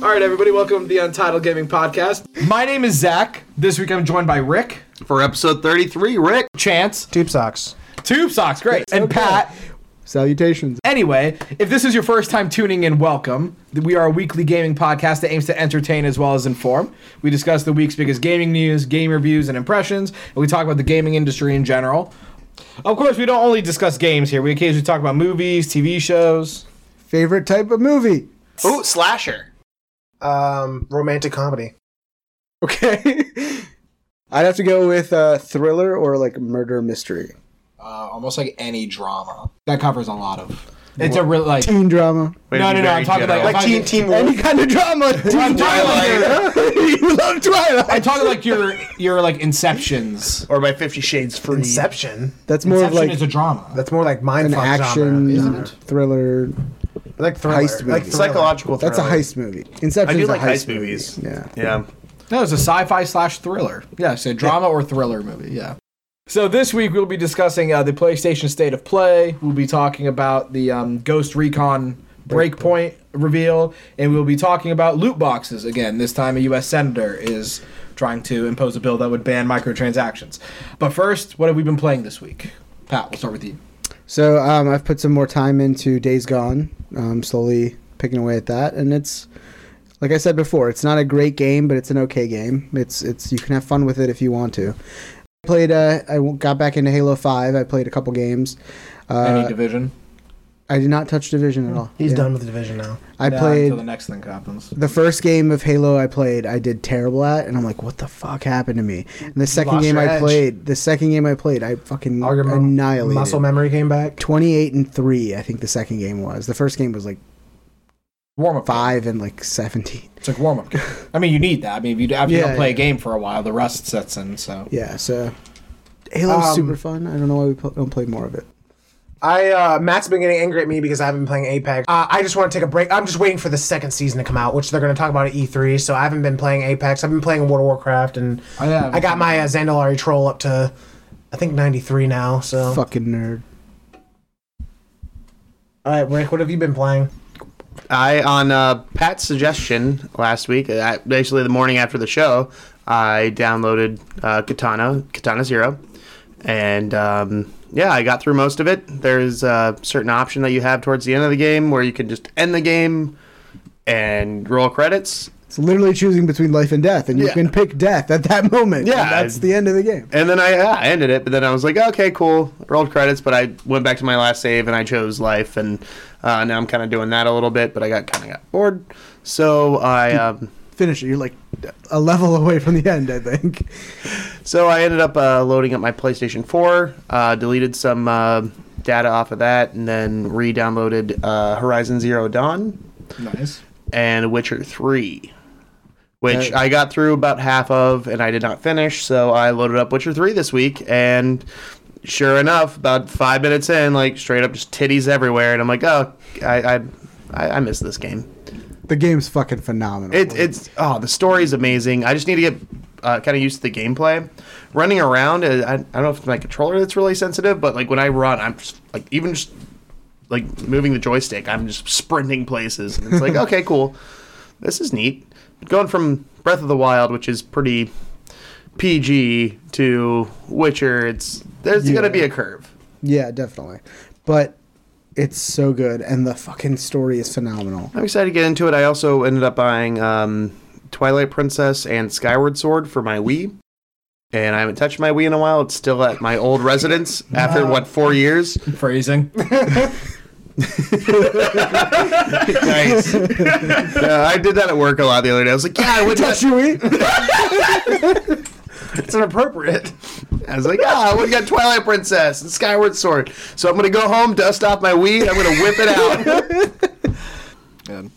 right, everybody, welcome to the Untitled Gaming Podcast. My name is Zach. This week I'm joined by Rick, For episode 33, Rick. Chance, Tube socks. Tube Socks, great, and okay. Pat. Salutations. Anyway, if this is your first time tuning in, welcome. We are a weekly gaming podcast that aims to entertain as well as inform. We discuss the week's biggest gaming news, game reviews, and impressions, and we talk about the gaming industry in general. Of course, we don't only discuss games here. We occasionally talk about movies, TV shows. Favorite type of movie? Ooh, slasher. Um, romantic comedy. Okay. I'd have to go with uh, thriller or like murder mystery. uh, almost like any drama that covers a lot of. It's a real like. Teen drama. Wait, No, no, no. very I'm talking about general. like teen, Any kind of drama. Teen Twilight. you love Twilight. I'm talking like your your like Inceptions. or by Fifty Shades Free. Inception. That's more Inception of is a like drama. That's more like mind an fuck action genre, isn't it? thriller. Like thriller. heist movie. Like thriller. Psychological That's a thriller. heist movie. Inception I do is like a heist, heist movies. Movie. Yeah. Yeah. No, it's a sci-fi slash thriller. Yeah, it's a drama or thriller movie. Yeah. So this week we'll be discussing uh, the PlayStation State of Play. We'll be talking about the um, Ghost Recon Breakpoint reveal, and we'll be talking about loot boxes again. This time, a U.S. senator is trying to impose a bill that would ban microtransactions. But first, what have we been playing this week? Pat, we'll start with you. So um, I've put some more time into Days Gone, um, slowly picking away at that, and it's like I said before, it's not a great game, but it's an okay game. It's it's you can have fun with it if you want to. Played uh, I w- got back into Halo Five. I played a couple games. Any Uh, division? I did not touch Division at all. He's Yeah. done with the division now. I Nah, played until the next thing happens. the first game of Halo I played, I did terrible at, and I'm like, what the fuck happened to me? And the second lost game your I edge. played, the second game I played, I fucking All your mu- annihilated. muscle memory came back. 28 and 3 i think the second game was the first game was like Warm up. 5 and like 17 It's like warm up. I mean, you need that. I mean, if you, after you Yeah, don't play a yeah. game for a while, the rust sets in. So yeah so halo's Um, super fun i don't know why we pl- don't play more of it I uh, Matt's been getting angry at me because I haven't been playing Apex. Uh, I just want to take a break. I'm just waiting for the second season to come out, which they're going to talk about at E3. So I haven't been playing Apex. I've been playing World of Warcraft, and I have. I got my uh, Zandalari troll up to I think 93 now. So fucking nerd all right, Rick, what have you been playing? I on uh, Pat's suggestion last week, uh, basically the morning after the show, I downloaded uh, Katana, Katana Zero, and um, yeah, I got through most of it. There's a certain option that you have towards the end of the game where you can just end the game and roll credits, it's literally choosing between life and death and you Yeah. can pick death at that moment Yeah, and that's I- the end of the game and then I, yeah, I ended it. But then I was like, okay, cool, rolled credits. But I went back to my last save and I chose life, and uh, now I'm kind of doing that a little bit. But I got kind of got bored, so I. Um, finish it you're like a level away from the end i think So I ended up uh, loading up my PlayStation 4, uh, deleted some uh, data off of that, and then re-downloaded uh, Horizon Zero Dawn nice. and Witcher 3, which I got through about half of, and I did not finish. So I loaded up Witcher 3 this week, and sure enough, about five minutes in, like straight up just titties everywhere, and I'm like, oh, I I, I, I miss this game. the game's fucking phenomenal It, it's oh, the story's amazing. I just need to get uh, kind of used to the gameplay. Running around, uh, I, I don't know if it's my controller that's really sensitive, but like when I run, I'm just like even just like moving the joystick, I'm just sprinting places, and it's like okay, cool, this is neat. Going from Breath of the Wild, which is pretty PG, to Witcher, it's there's gonna be a curve. yeah definitely but it's so good and the fucking story is phenomenal I'm excited to get into it. I also ended up buying um, Twilight Princess and Skyward Sword for my Wii. And I haven't touched my Wii in a while. It's still at my old residence after, what, four years? Phrasing. Nice. Yeah, I did that at work a lot the other day. I was like, yeah, I went Touch to your Wii? It's inappropriate. I was like, ah, I went and got Twilight Princess and Skyward Sword. So I'm going to go home, dust off my Wii, and I'm going to whip it out. Good.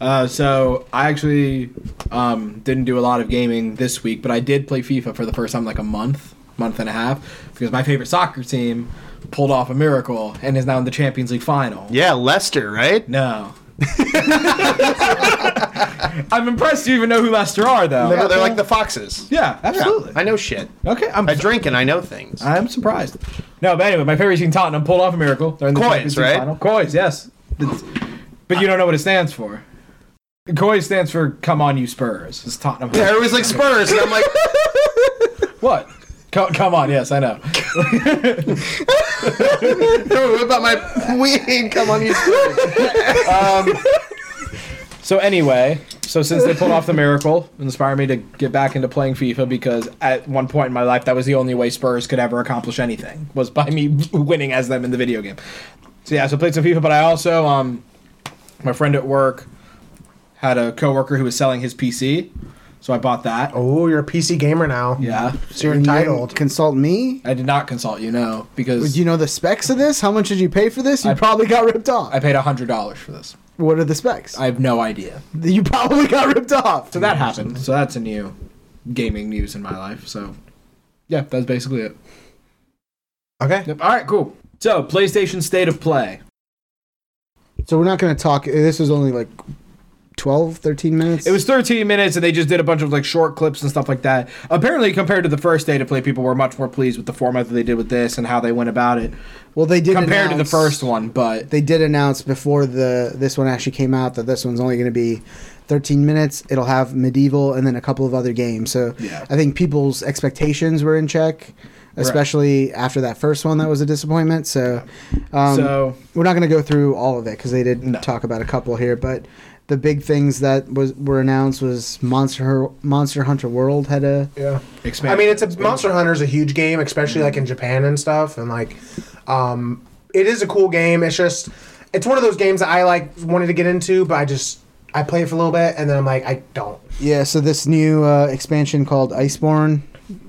Uh, so I actually um, didn't do a lot of gaming this week, but I did play FIFA for the first time in like a month, month and a half, because my favorite soccer team pulled off a miracle and is now in the Champions League final. yeah, Lester, right? No. I'm impressed you even know who Leicester are, though. They're, they're like the Foxes. Yeah, absolutely. I know shit. Okay, I'm I drink and I know things. I'm surprised. No, but anyway, my favorite team Tottenham pulled off a miracle. They're in the Coys, Champions League right? final. Coys, yes. It's- but you don't know what it stands for. Koi stands for "Come on, you Spurs." It's Tottenham. Yeah, everybody's like Spurs, and I'm like, What? Co- come on, yes, I know. "No, what about my weed? Come on, you Spurs. So anyway, so since they pulled off the miracle, it inspired me to get back into playing FIFA because at one point in my life, that was the only way Spurs could ever accomplish anything was by me winning as them in the video game. So yeah, so I played some FIFA, but I also um, my friend at work had a coworker who was selling his PC, so I bought that. Oh, you're a PC gamer now. Yeah, So you're And you didn't entitled. Consult me. I did not consult you, no, because Do you know the specs of this? How much did you pay for this? You I- probably got ripped off. I paid hundred dollars for this. what are the specs? I have no idea. you probably got ripped off. So that happened. So that's a new gaming news in my life. So yeah, that's basically it. Okay. Yep. All right, cool. So, PlayStation State of Play. So we're not going to talk. This was only like 12, 13 minutes. It was 13 minutes, and they just did a bunch of like short clips and stuff like that. Apparently, compared to the first State of Play, people were much more pleased with the format that they did with this and how they went about it well. They did compared to the announce- first one. But They did announce before the this one actually came out that this one's only going to be 13 minutes. It'll have medieval and then a couple of other games. So Yeah. I think people's expectations were in check, especially after that first one that was a disappointment. So, um, So- we're not going to go through all of it because they did No. talk about a couple here, but. The big things that was were announced was Monster Hur- Monster Hunter World had a Yeah. Expansion. I mean, it's a Monster Hunter's a huge game, especially like in Japan and stuff, and like, um, it is a cool game. It's just, it's one of those games that I like wanted to get into, but I just I play it for a little bit and then I'm like I don't. Yeah, so this new uh, expansion called Iceborne,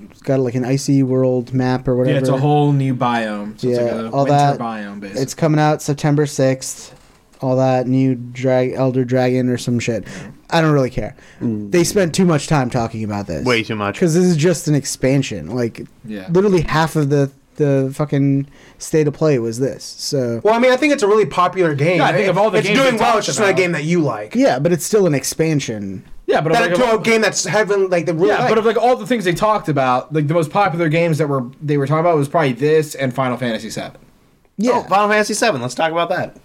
it's got like an icy world map or whatever. yeah, it's a whole new biome. So it's Yeah, like a all winter that- biome, basically. It's coming out September sixth. All that new drag Elder Dragon or some shit. I don't really care. They spent too much time talking about this. Mm. Way too much. Because this is just an expansion. Like, Yeah. literally half of the the fucking state of play was this. So Well, I mean, I think it's a really popular game. Yeah, I think of all the it's games doing we well. talked It's just not a about- game that you like. yeah, but it's still an expansion. yeah, but That like, to a game that's having like the really yeah, like, but of like all the things they talked about, like the most popular games that were they were talking about was probably this and Final Fantasy VII. Yeah. Oh, Final Fantasy VII. Let's talk about that.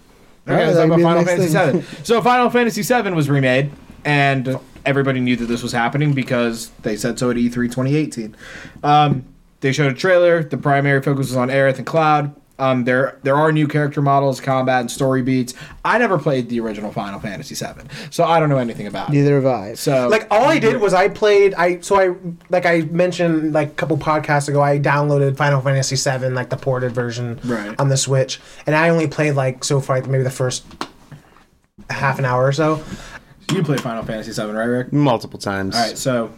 Okay, Alright, let's that talk would about be the Final next Fantasy VII. So Final Fantasy VII was remade, and everybody knew that this was happening because they said so at E E3 2018. Um, they showed a trailer. The primary focus was on Aerith and Cloud. Um, there there are new character models, combat, and story beats. I never played the original Final Fantasy VII, so I don't know anything about it. Neither have I. So like all I did was I played I so I like I mentioned like a couple podcasts ago I downloaded Final Fantasy VII like the ported version Right. on the Switch and I only played like so far like, maybe the first half an hour or so. you play Final Fantasy VII, right, Rick? Multiple times. All right, so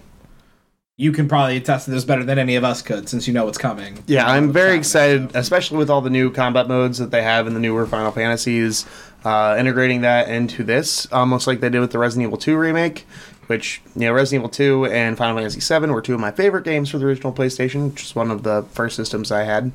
you can probably attest to this better than any of us could, since you know what's coming. Yeah, I'm very What's happening, excited, especially with all the new combat modes that they have in the newer Final Fantasies. Uh, integrating that into this, almost like they did with the Resident Evil 2 remake, which you know Resident Evil 2 and Final Fantasy 7 were two of my favorite games for the original PlayStation, which is one of the first systems I had.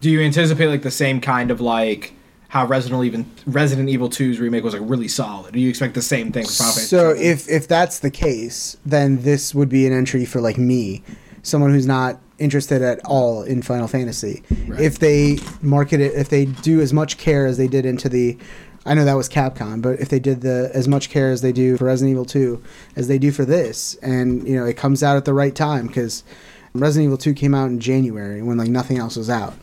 Do you anticipate like the same kind of like how Resident Evil Resident Evil 2's remake was like really solid? Do you expect the same thing? For Final Fantasy So VII? if if that's the case, then this would be an entry for like me, someone who's not interested at all in Final Fantasy. If they market it, if they do as much care as they did into the, I know that was Capcom, but if they did the as much care as they do for Resident Evil Two, as they do for this, and you know it comes out at the right time because Resident Evil Two came out in January when like nothing else was out.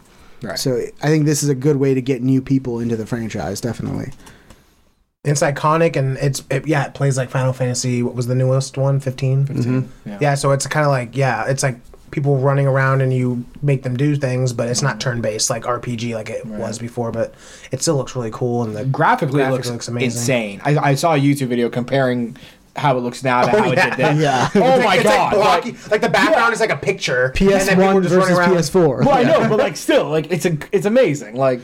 Right. So I think this is a good way to get new people into the franchise, definitely. It's iconic and it's it, yeah it plays like Final Fantasy what was the newest one 15? yeah. Yeah, so it's kind of like yeah, it's like people running around and you make them do things, but it's not turn-based like RPG like it was before, but it still looks really cool and the graphically it graphics looks, insane. I, I saw a YouTube video comparing how it looks now to how it did then. yeah. Oh It's my like- it's god! Like, blocky, like- like, the background is like a picture. and then people PS1 are just running versus around. PS4. well, I know, but like still, like it's a it's amazing. Like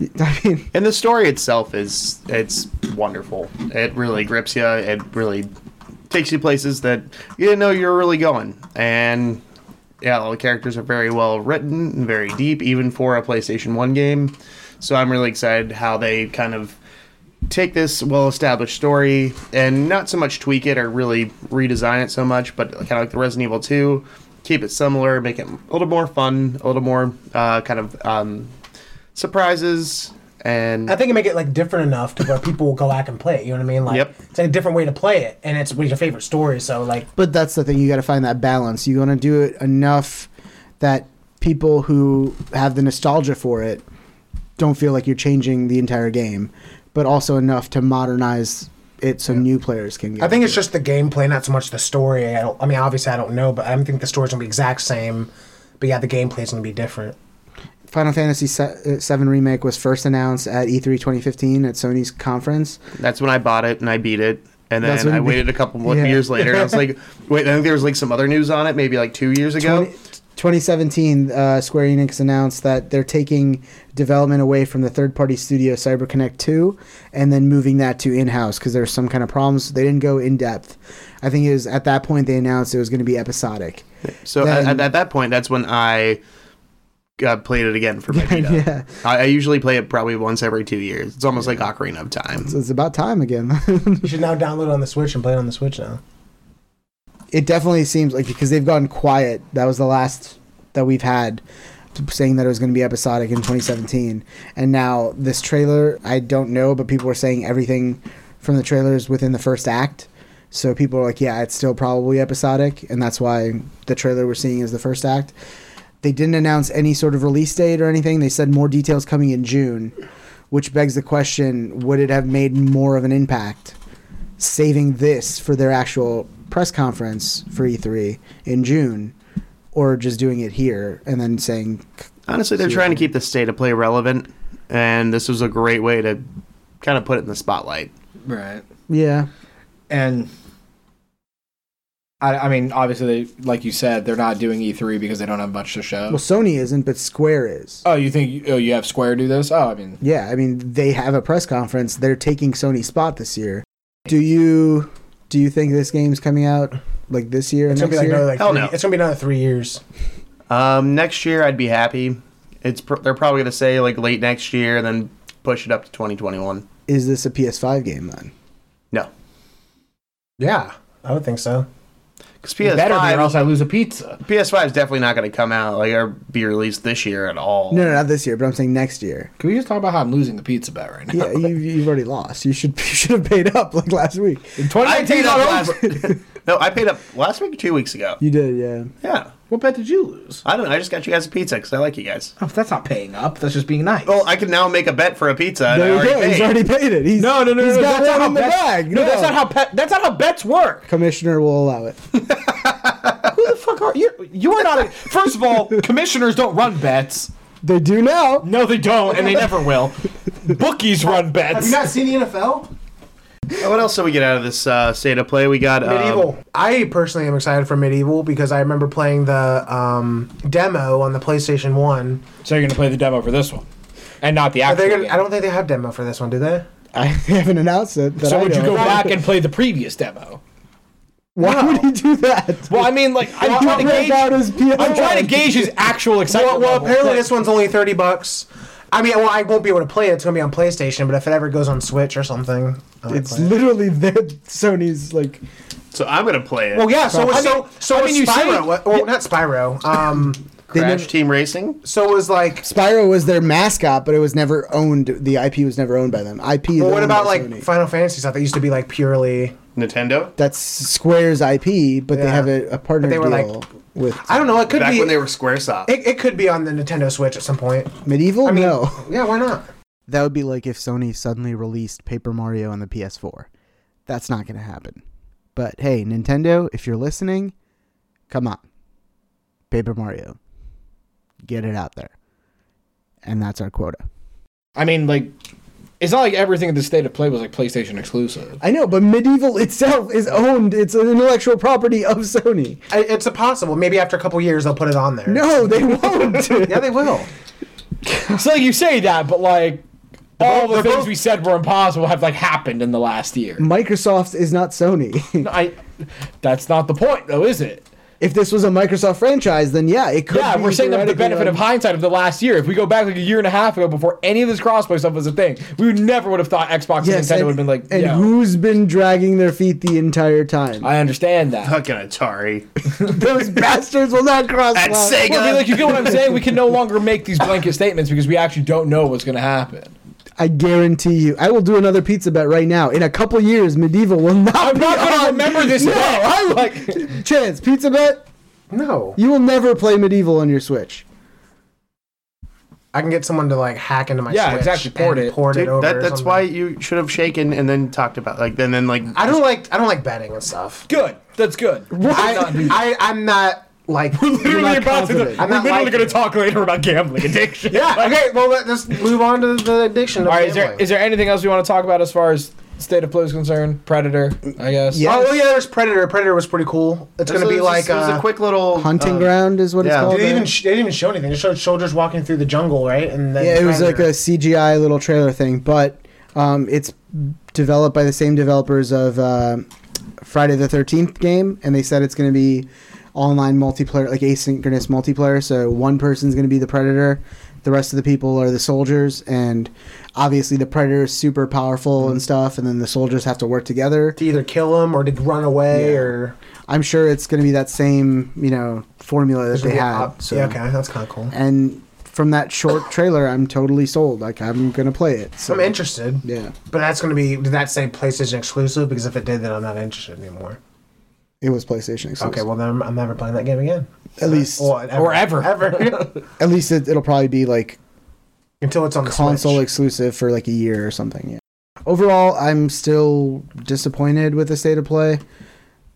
I mean, And the story itself is it's wonderful. It really grips you. It really takes you places that you didn't know you were really going. And yeah, all the characters are very well written and very deep, even for a PlayStation One game. So I'm really excited how they kind of take this well-established story and not so much tweak it or really redesign it so much, but kind of like the Resident Evil 2, keep it similar, make it a little more fun, a little more uh, kind of um, surprises And I think you make it like different enough to where people will go back and play it. You know what I mean? Like Yep. it's a different way to play it, and it's one of your favorite stories. So like, But that's the thing. You got to find that balance. You want to do it enough that people who have the nostalgia for it don't feel like you're changing the entire game, but also enough to modernize it so new players can get. I think it. it's just the gameplay, not so much the story. I, don't, I mean, obviously, I don't know, but I don't think the story's gonna be exact same. But yeah, the gameplay's gonna be different. Final Fantasy se- uh, VII remake was first announced at E E3 2015 at Sony's conference. That's when I bought it and I beat it. And That's then when I you beat- waited a couple of Yeah. years later. And I was like, wait, I think there was like some other news on it, maybe like two years ago. 20 2017, uh, Square Enix announced that they're taking development away from the third-party studio CyberConnect 2, and then moving that to in-house because there's some kind of problems. They didn't go in depth. I think it was at that point they announced it was going to be episodic. So Then- at, at that point, that's when I uh, played it again for my Vita. yeah. I, I usually play it probably once every two years. It's almost like Ocarina of Time. So it's about time again. You should now download it on the Switch and play it on the Switch now. it definitely seems like because they've gone quiet. That was the last that we've had t- saying that it was going to be episodic in 2017. And now this trailer, I don't know, but people are saying everything from the trailer is within the first act. So people are like, yeah, it's still probably episodic, and that's why the trailer we're seeing is the first act. They didn't announce any sort of release date or anything. They said more details coming in June, which begs the question: Would it have made more of an impact? saving this for their actual press conference for E3 in June, or just doing it here and then saying, Honestly, they're See trying to what- keep the state of play relevant. And this was a great way to kind of put it in the spotlight. Right. "Yeah, and I, I mean, obviously, they like you said, they're not doing E3 because they don't have much to show. well, Sony isn't, but Square is." oh, you think? Oh, you have Square do this? Oh, I mean, Yeah, I mean, they have a press conference. They're taking Sony's spot this year. Do you do you think this game's coming out like this year, It's gonna next be like, year? another, like Hell three, no. it's gonna be another three years. Um, next year, I'd be happy. It's pr- They're probably going to say like late next year and then push it up to 2021. Is this a PS5 game then? No. Yeah, I would think so. Because it better be, or PS5 else I lose a pizza. PS5 is definitely not going to come out like or be released this year at all. No, no, not this year, but I'm saying next year. Can we just talk about how I'm losing the pizza bet right now? Yeah, you, you've already lost. You should you should have paid up like last week. In I 2019 paid is up not last. over. no, I paid up last week or two weeks ago. You did, yeah. Yeah, What bet did you lose? I don't. know. I just got you guys a pizza because I like you guys. Oh, that's not paying up. That's just being nice. Well, I can now make a bet for a pizza. and I There you already go. He's paid. already paid it. He's, no, no, no, he's no, no, got that's not one how in the bets- bag. No, that's not how pe- that's not how bets work. Commissioner will allow it. Who the fuck are you? You are not. A, first of all, commissioners don't run bets. They do now. No, they don't, and they never will. Bookies run bets. seen the NFL? Uh, What else did we get out of this uh, state of play? We got um, Medieval. I personally am excited for Medieval because I remember playing the um, demo on the PlayStation One. So you're gonna play the demo for this one, and not the Are actual they gonna, game. I don't think they have demo for this one, do they? I they haven't announced it. that so I would you know go of. back and play the previous demo? Why would he do that? Well, I mean, like I'm He trying to broke gauge. out his PS5. I'm trying to gauge his actual Well, excitement. well level. apparently this one's only thirty bucks. I mean, well, I won't be able to play it. It's gonna be on PlayStation, but if it ever goes on Switch or something, I might It's play it. literally their Sony's like. So I'm gonna play it. Well, yeah. So I so mean- so I was mean, you say- Spyro. What- well, not Spyro. Um, Crash never- Team Racing. so it was like. Spyro was their mascot, but it was never owned. The IP was never owned by them. IP. is Well, what owned about by like Sony. Final Fantasy stuff that used to be like purely? Nintendo. that's Square's IP, but they Yeah. have a, a partner they were, like- deal with I don't know. It could Back be. when they were SquareSoft. it, it could be on the Nintendo Switch at some point. Medieval. I mean, no. yeah, why not? That would be like if Sony suddenly released Paper Mario on the PS4. That's not going to happen. But hey, Nintendo, if you're listening, come on. Paper Mario. Get it out there. And that's our quota. I mean, like it's not like everything in the state of play was like PlayStation exclusive. I know, but Medieval itself is owned. It's an intellectual property of Sony. I- It's a possible. Maybe after a couple years they'll put it on there. No, they won't. Yeah, they will. So like, you say that, but like all the they're things both- we said were impossible have like happened in the last year. Mm. Microsoft is not Sony. I. That's not the point, though, is it? if this was a Microsoft franchise, then yeah, it could Yeah, be we're saying that the theoretically benefit of owned- hindsight of the last year. If we go back like a year and a half ago before any of this crossplay stuff was a thing, we would never would have thought Xbox Yes, and Nintendo and- would have been like, and "Yo, who's been dragging their feet the entire time? I understand that. Fucking Atari. Those bastards will not cross. At lines. Sega. Well, I mean, like you get what I'm saying. We can no longer make these blanket statements because we actually don't know what's going to happen. I guarantee you, I will do another pizza bet right now. In a couple years, medieval will not I'm be not on. gonna remember this. No, bet. I'm like, chance pizza bet. No, You will never play medieval on your Switch. I can get someone to like hack into my Yeah, Switch exactly, port and it. port Dude, it over. that, or that's something. why you should have shaken and then talked about like then then like I don't like I don't like betting and stuff. good. That's good. I, I I'm not like literally about not to. confident. We're I'm not literally like going it. to talk later about gambling addiction. yeah. Okay, well let, us move on to the addiction. Of All right. Is there gambling. is there anything else we want to talk about as far as state of play is concerned? Predator, I guess. Yeah. Oh well, yeah, there's Predator. Predator was pretty cool. It's It was- gonna it be was like just- it was uh, a quick little Hunting uh, ground is what yeah. it's They called. didn't, there. even sh- they didn't even show anything. They showed soldiers walking through the jungle, right? And then yeah, it was like Predator. a CGI little trailer thing, but um, it's developed by the same developers of uh, Friday the Thirteenth game, and they said it's going to be online multiplayer, like asynchronous multiplayer. So one person's going to be the predator, the rest of the people are the soldiers, and obviously the predator is super powerful Mm-hmm. and stuff, and then the soldiers have to work together. to either kill them or to run away Yeah. or I'm sure it's going to be that same you know formula that they had. so. Yeah, okay, that's kind of cool. and. From that short trailer, I'm totally sold. Like I'm gonna play it. So I'm interested, yeah. but that's gonna be did that say PlayStation exclusive? Because if it did, then I'm not interested anymore. It was PlayStation exclusive. Okay, well then I'm, I'm never playing that game again. at least Or ever. Or ever. Ever. at least it, it'll probably be like Until it's on the console Switch. exclusive for like a year or something. Yeah. Overall, I'm still disappointed with the state of play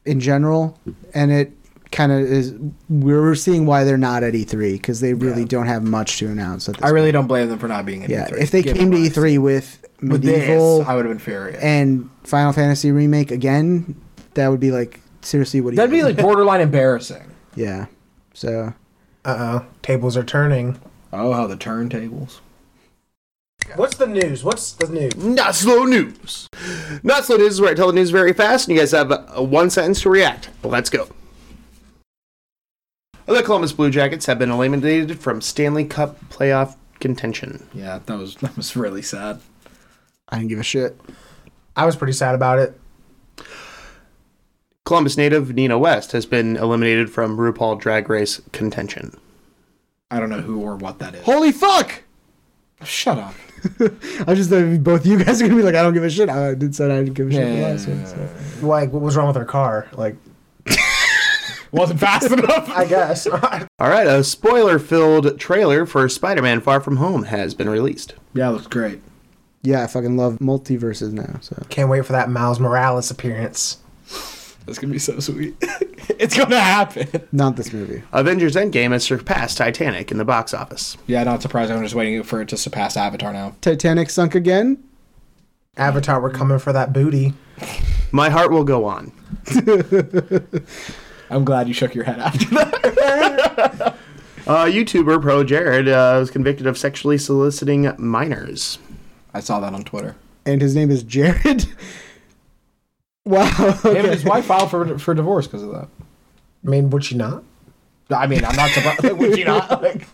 in general, and it kind of is. We're seeing why they're not at E3 because they really don't have much to announce. At this I really don't blame them for not Oh, being. At yeah. E3. If they Give came to me life. E3 with with medieval this, I E would have been furious. and Final Fantasy remake again, that would be like seriously. What do you? That'd be think? like borderline embarrassing. yeah. So Uh oh, tables are turning. Oh, how the turntables. What's the news? What's the news? not slow news. Not slow news is where I tell the news very fast, and you guys have uh, one sentence to react. Let's go. The Columbus Blue Jackets have been eliminated from Stanley Cup playoff contention. Yeah, that was that was really sad. I didn't give a shit. I was pretty sad about it. Columbus native Nina West has been eliminated from RuPaul Drag Race contention. I don't know who or what that is. Holy fuck! Shut up. I just thought both you guys are gonna be like, I don't give a shit. I did said I didn't give a shit for the last one. So. Like, what was wrong with her car? Like, Wasn't fast enough. I guess. All right, a spoiler-filled trailer for Spider-Man: Far From Home has been released. Yeah, it looks great. Yeah, I fucking love multiverses now. So Can't wait for that Miles Morales appearance. That's gonna be so sweet. it's gonna happen. not this movie. Avengers: Endgame has surpassed Titanic in the box office. Yeah, not surprised. I'm just waiting for it to surpass Avatar now. Titanic sunk again. Avatar, we're coming for that booty. My heart will go on. I'm glad you shook your head after that. Uh, YouTuber Pro Jared uh, was convicted of sexually soliciting minors. I saw that on Twitter. And his name is Jared. wow. Him and his wife filed for for divorce because of that. I mean, would she not? I mean, I'm not surprised. Like, would she not? Uh, Like,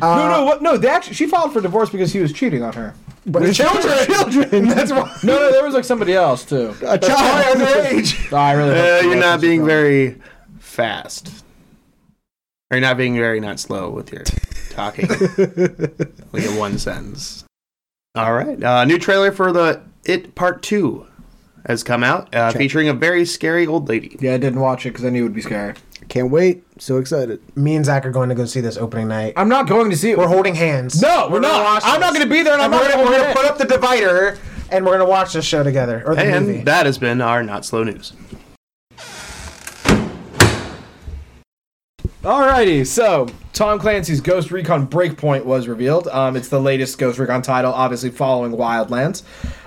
no, no, what, no. They actually, she filed for divorce because he was cheating on her. But the children! children. That's why. No, no, there was like somebody else too. A child. Oh, I really. hope Uh, she you're wasn't not being surprised. very fast. Or you're not being very not slow with your talking. we get one sentence. All right. Uh, new trailer for the It Part 2 has come out, uh, featuring a very scary old lady. Yeah, I didn't watch it because I knew it would be scary. Can't wait. So excited. Me and Zach are going to go see this opening night. I'm not going to see it. We're holding hands. No, we're gonna not. watch I'm this. not gonna be there, and I'm we're not gonna- gonna We're hold gonna put up the divider, and we're gonna watch this show together or the movie. And that has been our Not Slow News. Alrighty, so Tom Clancy's Ghost Recon Breakpoint was revealed. Um, it's the latest Ghost Recon title, obviously following Wildlands.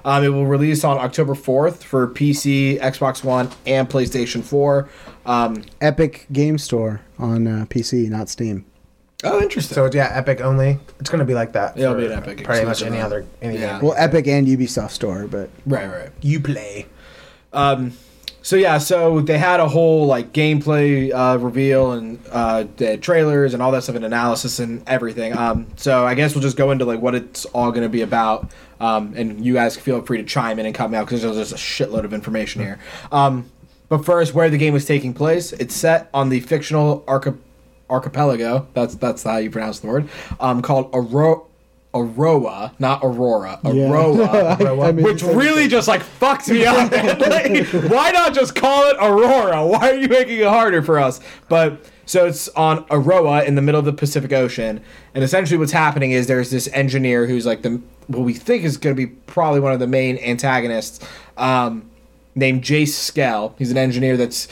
Um, it will release on October 4th for PC, Xbox One, and PlayStation 4. Um, Epic Game Store on uh, PC, not Steam. oh, interesting. so yeah, Epic only. It's gonna be like that. It'll for be an Epic Pretty much exclusive, any huh? other any Yeah. game. Well, Epic and Ubisoft Store, but right, right. You play. Um, so yeah, so they had a whole like gameplay uh, reveal and uh, they had trailers and all that stuff and analysis and everything. Um, so I guess we'll just go into like what it's all going to be about, um, and you guys feel free to chime in and cut me out because there's just a shitload of information here. Um, but first, where the game is taking place, it's set on the fictional archi- archipelago. That's that's how you pronounce the word. Um, called Aurora. Aroa, not Aurora, Yeah. Aroa. I- I mean, Which really just like fucks me up. Like, why not just call it Aurora? Why are you making it harder for us? But so it's on Aroa in the middle of the Pacific Ocean, and essentially what's happening is there's this engineer who's like the what we think is going to be probably one of the main antagonists, um, named Jace Skell. He's an engineer that's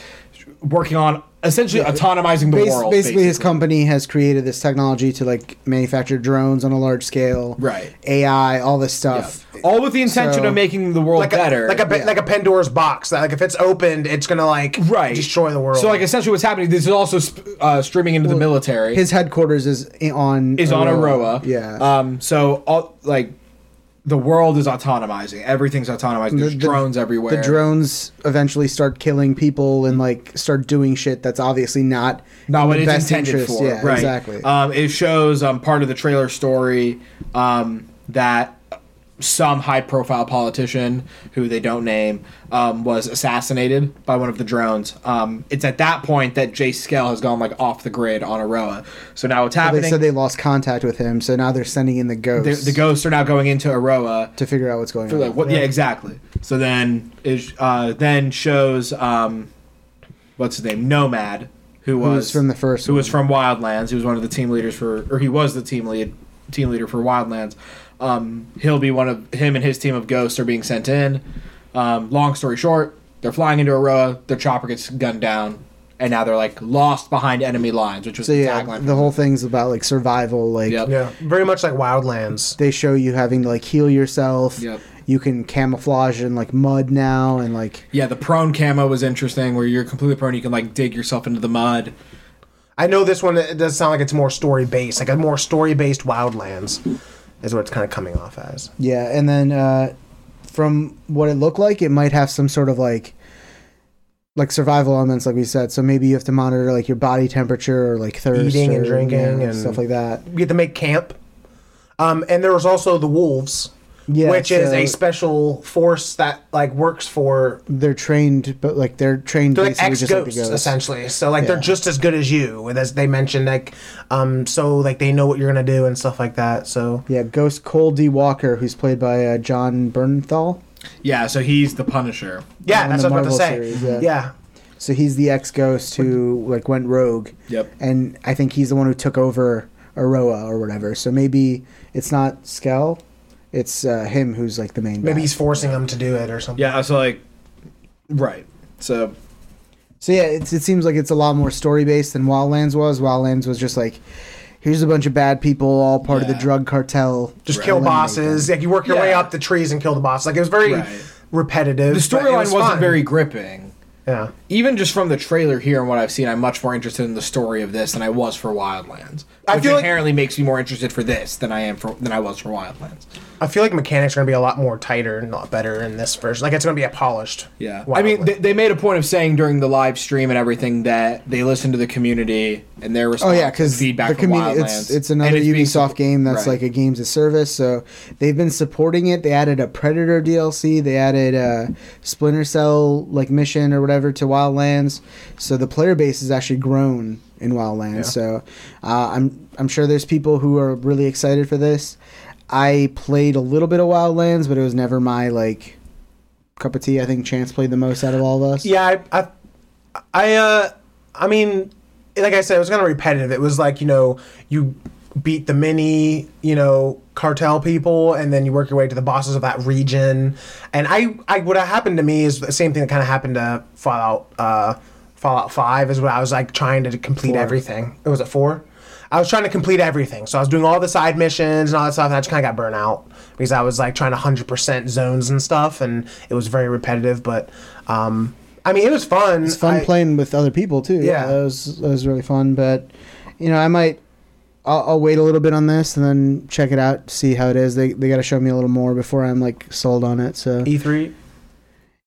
working on essentially autonomizing the Bas- world. basically, his company has created this technology to like manufacture drones on a large scale, Right. AI, all this Yeah. stuff. all with the intention So- of making the world like better. a like a Yeah. like a Pandora's box. That, like if it's opened, it's gonna like right destroy the world. So like essentially, what's happening? This is also sp- uh, streaming into the military. His headquarters is i- on is on Aroa. Yeah, Um. So all like the world is autonomizing. Everything's autonomizing. There's drones everywhere. The drones eventually start killing people and like start doing shit that's obviously not Not in what the it's intended for. Yeah, right. exactly. Um. It shows um part of the trailer story um that some high profile politician who they don't name um, was assassinated by one of the drones. Um, it's at that point that Jay Skell has gone like off the grid on Aroa. So now what's they happening? said they lost contact with him, so now they're sending in the the, ghosts the ghosts are now going into Aroa to figure out what's going They're on. like, what? Yeah, exactly. So then is uh, then shows um, what's his name? Nomad, who was, from the first who was from Wildlands. He was one of the team leaders for, or he was the team lead team leader for Wildlands. Um, he'll be one of him and his team of ghosts are being sent in. Um, long story short, they're flying into Aroa. Their chopper gets gunned down, and now they're like lost behind enemy lines, which was so the yeah, tagline. the whole thing's about like survival. Like Yep. yeah, very much like Wildlands. they show you having to like heal yourself. Yep. You can camouflage in like mud now and like yeah, the prone camo was interesting, where you're completely prone. You can like dig yourself into the mud. I know this one. It does sound like it's more story based, like a more story based Wildlands, is what it's kind of coming off as. Yeah, and then uh, from what it looked like, it might have some sort of like like survival elements, like we said. So maybe you have to monitor like your body temperature or like thirst, Eating and or, drinking you know, and- stuff like that. You get to make camp, um, and there was also the wolves, Yeah, which is so- a special force that like works for They're trained, but like they're trained they're like basically ex just like the ghosts ghosts. essentially. So like Yeah. they're just as good as you, and as they mentioned, like um, so like they know what you're gonna do and stuff like that. So Yeah, Ghost Cole D. Walker, who's played by uh, John Bernthal. Yeah, so he's the Punisher. yeah, On that's the what I was about to say. Marvel yeah. series, yeah. So he's the ex ghost who like went rogue. Yep. And I think he's the one who took over Aroa or whatever. So maybe it's not Skell, it's uh, him who's like the main. maybe bad. he's forcing them to do it or something. Yeah, so like, right. So So yeah, it's, it seems like it's a lot more story based than Wildlands was. Wildlands was just like, here's a bunch of bad people, all part of Yeah. the drug cartel. just kill Eliminate bosses. them. Like you work your way Yeah. up the trees and kill the boss. Like it was very Right. repetitive. the but it storyline was wasn't fun. very gripping. Yeah. Even just from the trailer here and what I've seen, I'm much more interested in the story of this than I was for Wildlands, I which feel like- inherently makes me more interested for this than I am for than I was for Wildlands. I feel like mechanics are gonna be a lot more tighter and a lot better in this version. Like it's gonna be a polished. Yeah, I Wildlands. mean, they, they made a point of saying during the live stream and everything that they listened to the community and their Oh response. yeah, because the feedback from community. Wildlands. It's it's and another being Ubisoft support- game that's right. like a games as service. So they've been supporting it. They added a Predator DLC. They added a Splinter Cell like mission or whatever to Wildlands. So the player base has actually grown in Wildlands. So uh, I'm I'm sure there's people who are really excited for this. I played a little bit of Wildlands, but it was never my like cup of tea. I think Chance played the most out of all of us. Yeah, I, I, I, uh, I mean, like I said, it was kind of repetitive. It was like you know, you beat the mini, you know, cartel people, and then you work your way to the bosses of that region. And I, I, what happened to me is the same thing that kind of happened to Fallout, uh, Fallout Five is what I was like trying to complete everything. It was at four. I was trying to complete everything, so I was doing all the side missions and all that stuff, and I just kind of got burnt out because I was like trying to hundred percent zones and stuff, and it was very repetitive. But um, I mean, it was fun. It's fun I- playing with other people too. Yeah. that was that was really fun. But you know, I might I'll, I'll wait a little bit on this and then check it out, see how it is. They they got to show me a little more before I'm like sold on it. So E E3.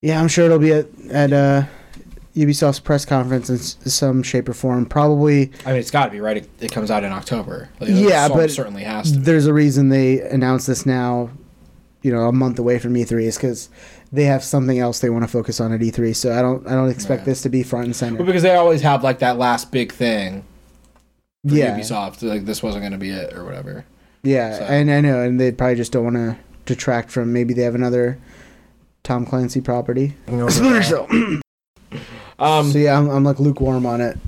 yeah, I'm sure it'll be at at uh, Ubisoft's press conference in s- some shape or form. Probably I mean, it's got to be right. It, it comes out in October. Like, it Yeah, so- but certainly has to. Be. there's a reason they announced this now. You know, a month away from E3 is because they have something else they want to focus on at E3. So I don't I don't expect Right. this to be front and center. Well, because they always have like that last big thing. for yeah, Ubisoft. Like this wasn't going to be it or whatever. Yeah, So- and I know, and they probably just don't want to detract from. Maybe they have another Tom Clancy property. Splinter Cell. Mm-hmm. Um, so yeah, I'm, I'm like lukewarm on it.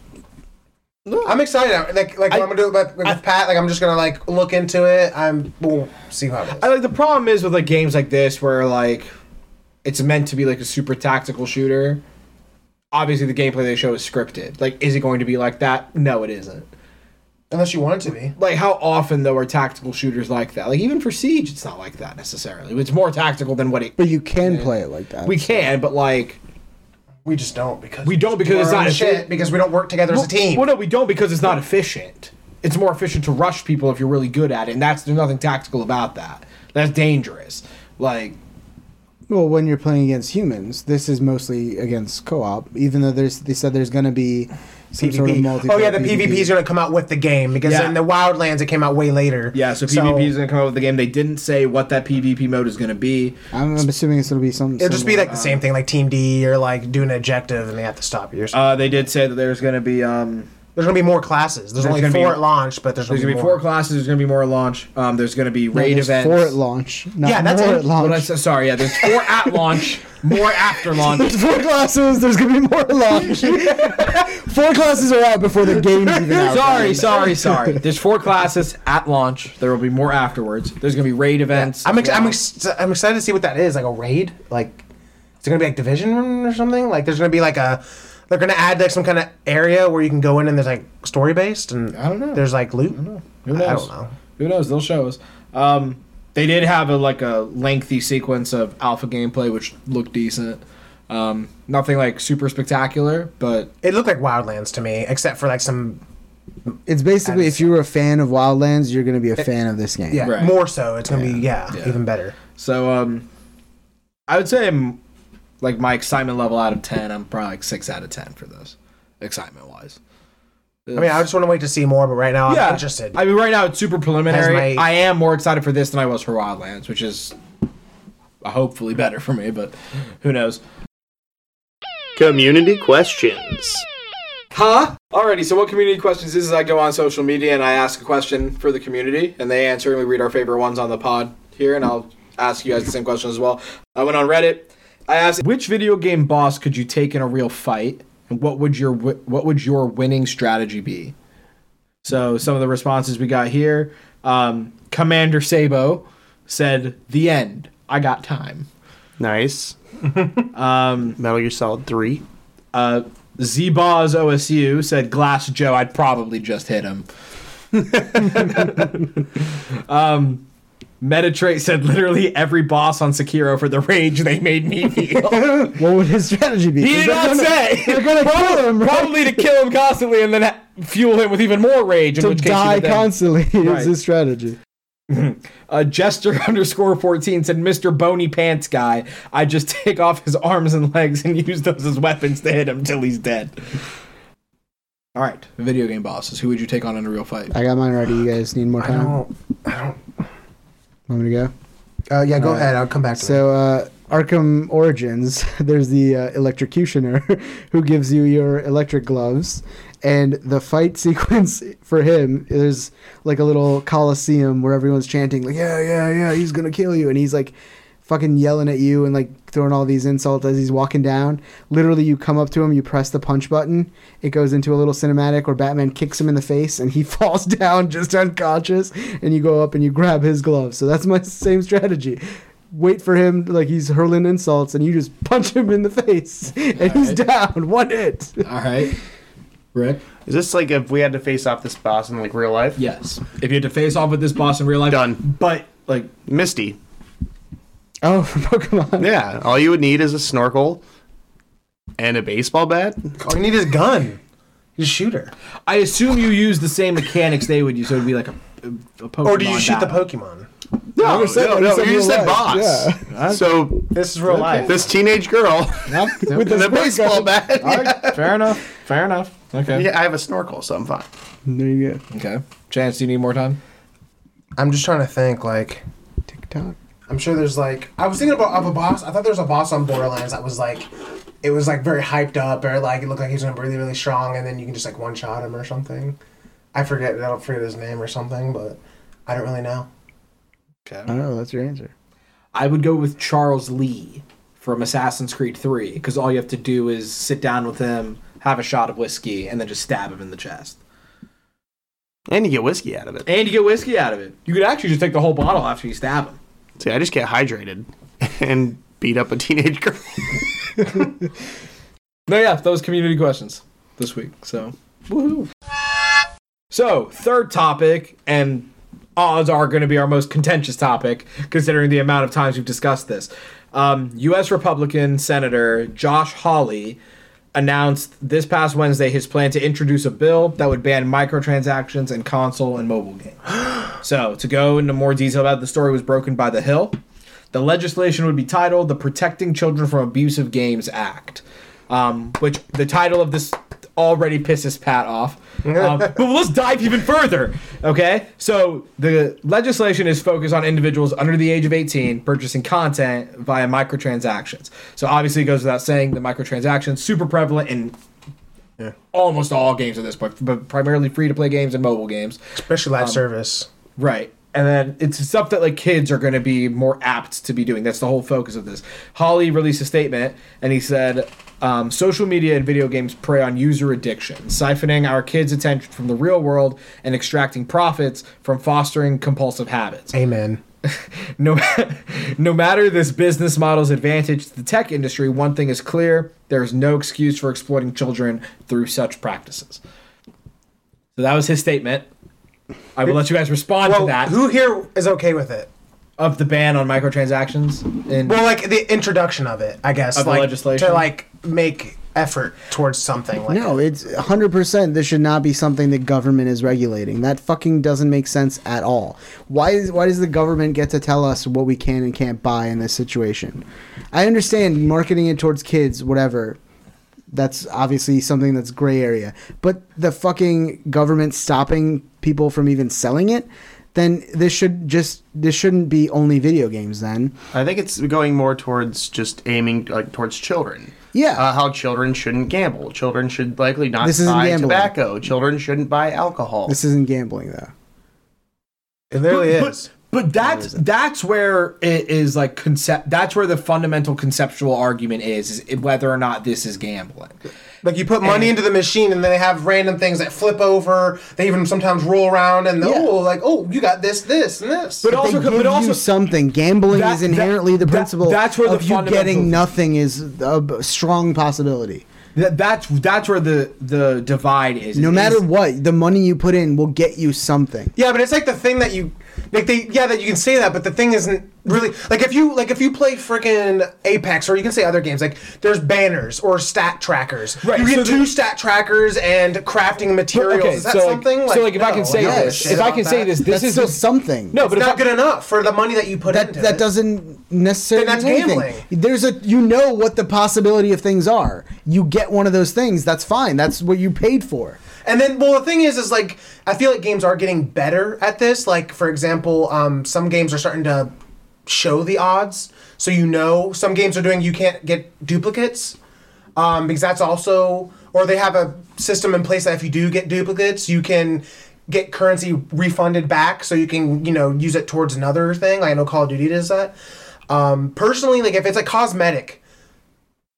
I'm excited. Like, like I- what I'm gonna do but with Pat. Like, I'm just gonna like look into it. I'm we'll see how it is. I like the problem is with like games like this where like it's meant to be like a super tactical shooter. Obviously, the gameplay they show is scripted. Like, is it going to be like that? No, it isn't. Unless you want it to be. Like, how often though are tactical shooters like that? Like, even for Siege, it's not like that necessarily. It's more tactical than what it. But you can play it like that. We can, but like We just don't because We don't because we're it's our not own a- shit because we don't work together as a team. Well, no, we don't because it's not efficient. It's more efficient to rush people if you're really good at it, and that's there's nothing tactical about that. That's dangerous. Like, Well, when you're playing against humans, this is mostly against co-op. Even though there's, they said there's going to be some sort of multiplayer. PvP. Oh yeah, the PvP is gonna come out with the game because Yeah. in the Wildlands it came out way later. Yeah, so PvP is going to come out with the game. They didn't say what that PvP mode is going to be. I'm, I'm assuming it's going to be some. It'll just be similar- like the uh, same thing, like Team D or like doing an objective and they have to stop you. Or something. Uh, they did say that there's going to be um, there's gonna be more classes. There's, there's only gonna be- four at launch, but there's, there's going to be four classes. There's going to be more at launch. Um, there's going to be No, raid there's events. Four at launch. Not Yeah, that's more it. at What I launch. said- sorry, yeah, there's four at launch, more after launch. There's four classes. There's going to be more at launch. four classes are out before the game's even out. Sorry, sorry, sorry. There's four classes at launch. There will be more afterwards. There's going to be raid events. I'm ex- I'm, ex- I'm excited to see what that is. Like a raid, like it's gonna be like division or something. Like there's gonna be like a they're gonna add like some kind of area where you can go in and there's like story based and I don't know. There's like loot. Who I knows? don't know. Who knows? They'll show us. Um, they did have a like a lengthy sequence of alpha gameplay, which looked decent. Um, nothing like super spectacular, but It looked like Wildlands to me, except for like some It's basically if you were a fan of Wildlands, you're going to be a fan of this game. yeah Right. more so. It's gonna be yeah, Yeah. even better. so um, I would say I'm, like my excitement level out of ten, I'm probably like six out of ten for this, excitement wise. I mean, I just want to wait to see more, but right now I'm interested. I mean, right now it's super preliminary. As my- I am more excited for this than I was for Wildlands, which is hopefully better for me, but who knows? Community questions. Huh? Alrighty, so what community questions is, is I go on social media and I ask a question for the community, and they answer, and we read our favorite ones on the pod here, and I'll ask you guys the same question as well. I went on Reddit. I asked, which video game boss could you take in a real fight, and what would your wi- what would your winning strategy be? So some of the responses we got here, um, Commander Sabo said, "The end. I got time." Nice. um, Metal Gear Solid Three. Uh, Z-Boz OSU said, Glass Joe, I'd probably just hit him. um, Metatrate said, literally every boss on Sekiro for the rage they made me feel. What would his strategy be? He did They're not gonna- say. They're going to kill him, right? Probably to kill him constantly and then ha- fuel him with even more rage. In to which case he die would then- constantly Right. is his strategy. uh, Jester underscore 14 said, Mr. Bony Pants Guy, I just take off his arms and legs and use those as weapons to hit him till he's dead. All right, video game bosses. Who would you take on in a real fight? I got mine ready. You guys need more I time? don't. I don't. Want me to go? Uh, yeah, go ahead. I'll come back to so, So, uh, Arkham Origins, there's the uh, electrocutioner who gives you your electric gloves. And the fight sequence for him, there's like a little coliseum where everyone's chanting, like, yeah, yeah, yeah, he's going to kill you. And he's like fucking yelling at you and like throwing all these insults as he's walking down. Literally, you come up to him, you press the punch button, it goes into a little cinematic where Batman kicks him in the face and he falls down just unconscious. And you go up and you grab his gloves. So, that's my same strategy wait for him like he's hurling insults and you just punch him in the face and he's down one hit All right. Rick? Is this like if we had to face off this boss in like real life? Yes. If you had to face off with this boss in real life, Done. But, like, Misty. oh from pokemon Yeah. All you would need is a snorkel and a baseball bat. it. All Oh, you need is a gun. You just shoot her. I assume you use the same mechanics they would use. So it would be like a, a Pokemon. Or do you shoot the battle. Pokemon? No, no, said that. no, You said You real said life. boss. So This is real life. this teenage girl With and a baseball bat. Fair enough. Fair enough. Okay. Yeah, I have a snorkel, so I'm fine. there you go Okay. Chance, do you need more time? I'm just trying to think. Like, tiktok I'm sure there's like I was thinking about of a boss. I thought there was a boss on Borderlands that was like, it was like very hyped up or like it looked like he was gonna be really really strong, and then you can just like one shot him or something. I forget. I don't forget his name or something, but I don't really know. I don't know. That's your answer. I would go with Charles Lee from Assassin's Creed 3 because all you have to do is sit down with him, have a shot of whiskey, and then just stab him in the chest. And you get whiskey out of it. And you get whiskey out of it. You could actually just take the whole bottle after you stab him. See, I just get hydrated and beat up a teenage girl. No, yeah, those community questions this week. So, woohoo. So, third topic, and odds are going to be our most contentious topic, considering the amount of times we've discussed this. Um, U.S. Republican Senator Josh Hawley announced this past Wednesday his plan to introduce a bill that would ban microtransactions in console and mobile games. So, to go into more detail about it, the story was broken by The Hill. The legislation would be titled the Protecting Children from Abusive Games Act, um, which the title of this already pisses Pat off. Um, but let's dive even further. Okay, so the legislation is focused on individuals under the age of 18 purchasing content via microtransactions. So obviously, it goes without saying the microtransactions super prevalent in. Almost all games at this point, but primarily free to play games and mobile games. Especially live service. Right. And then it's stuff that like kids are going to be more apt to be doing. That's the whole focus of this. Holly released a statement and he said, um, "Social media and video games prey on user addiction, siphoning our kids' attention from the real world and extracting profits from fostering compulsive habits." Amen. No, no matter this business model's advantage to the tech industry, one thing is clear: there is no excuse for exploiting children through such practices. So that was his statement. I will let you guys respond Well, to that who here is okay with it? of the ban on microtransactions. In Well, like the introduction of it, I guess, Of the like legislation? to like make effort towards something. Like No, it's 100% this should not be something the government is regulating. That fucking doesn't make sense at all. Why is why does the government get to tell us what we can and can't buy in this situation? I understand marketing it towards kids, whatever. That's obviously something that's gray area. But the fucking government stopping people from even selling it, then this should just this shouldn't be only video games then. I think it's going more towards just aiming like towards children. Yeah. Uh, how children shouldn't gamble. Children should likely not This isn't buy gambling. tobacco. Children shouldn't buy alcohol. This isn't gambling though. it literally but, is. But that's that's where it is like concept. That's where the fundamental conceptual argument is, is it- whether or not this is gambling. Like you put money into the machine, and then they have random things that flip over. They even sometimes roll around, and Yeah. oh, like oh, you got this, this, and this. But But also, they give but also, you something. Gambling That- is inherently that- the that- principle. that's where the of you fundamental- getting nothing is a b- strong possibility. that, that's that's where the the divide is. No It matter is- what, the money you put in will get you something. yeah, but it's like the thing that you like. They yeah, that you can say that, but the thing isn't really like if you like if you play freaking Apex or you can say other games like there's banners or stat trackers. Right, You get so the- two stat trackers and crafting materials. Okay, is that so like- something? so like if I no, can say don't give a this, shit if I about can say that. this, This is is still the- something. No, It's but if I- not good enough for the money that you put that into that it. doesn't necessarily. Then that's mean anything. gambling. There's a you know what the possibility of things are. You get one of those things. That's fine. That's what you paid for. And then, well, the thing is, is like I feel like games are getting better at this. Like for example, um, some games are starting to show the odds, so you know. Some games are doing you can't get duplicates um, because that's also, or they have a system in place that if you do get duplicates, you can get currency refunded back, so you can you know use it towards another thing. Like I know Call of Duty does that. Um, personally, like if it's a cosmetic.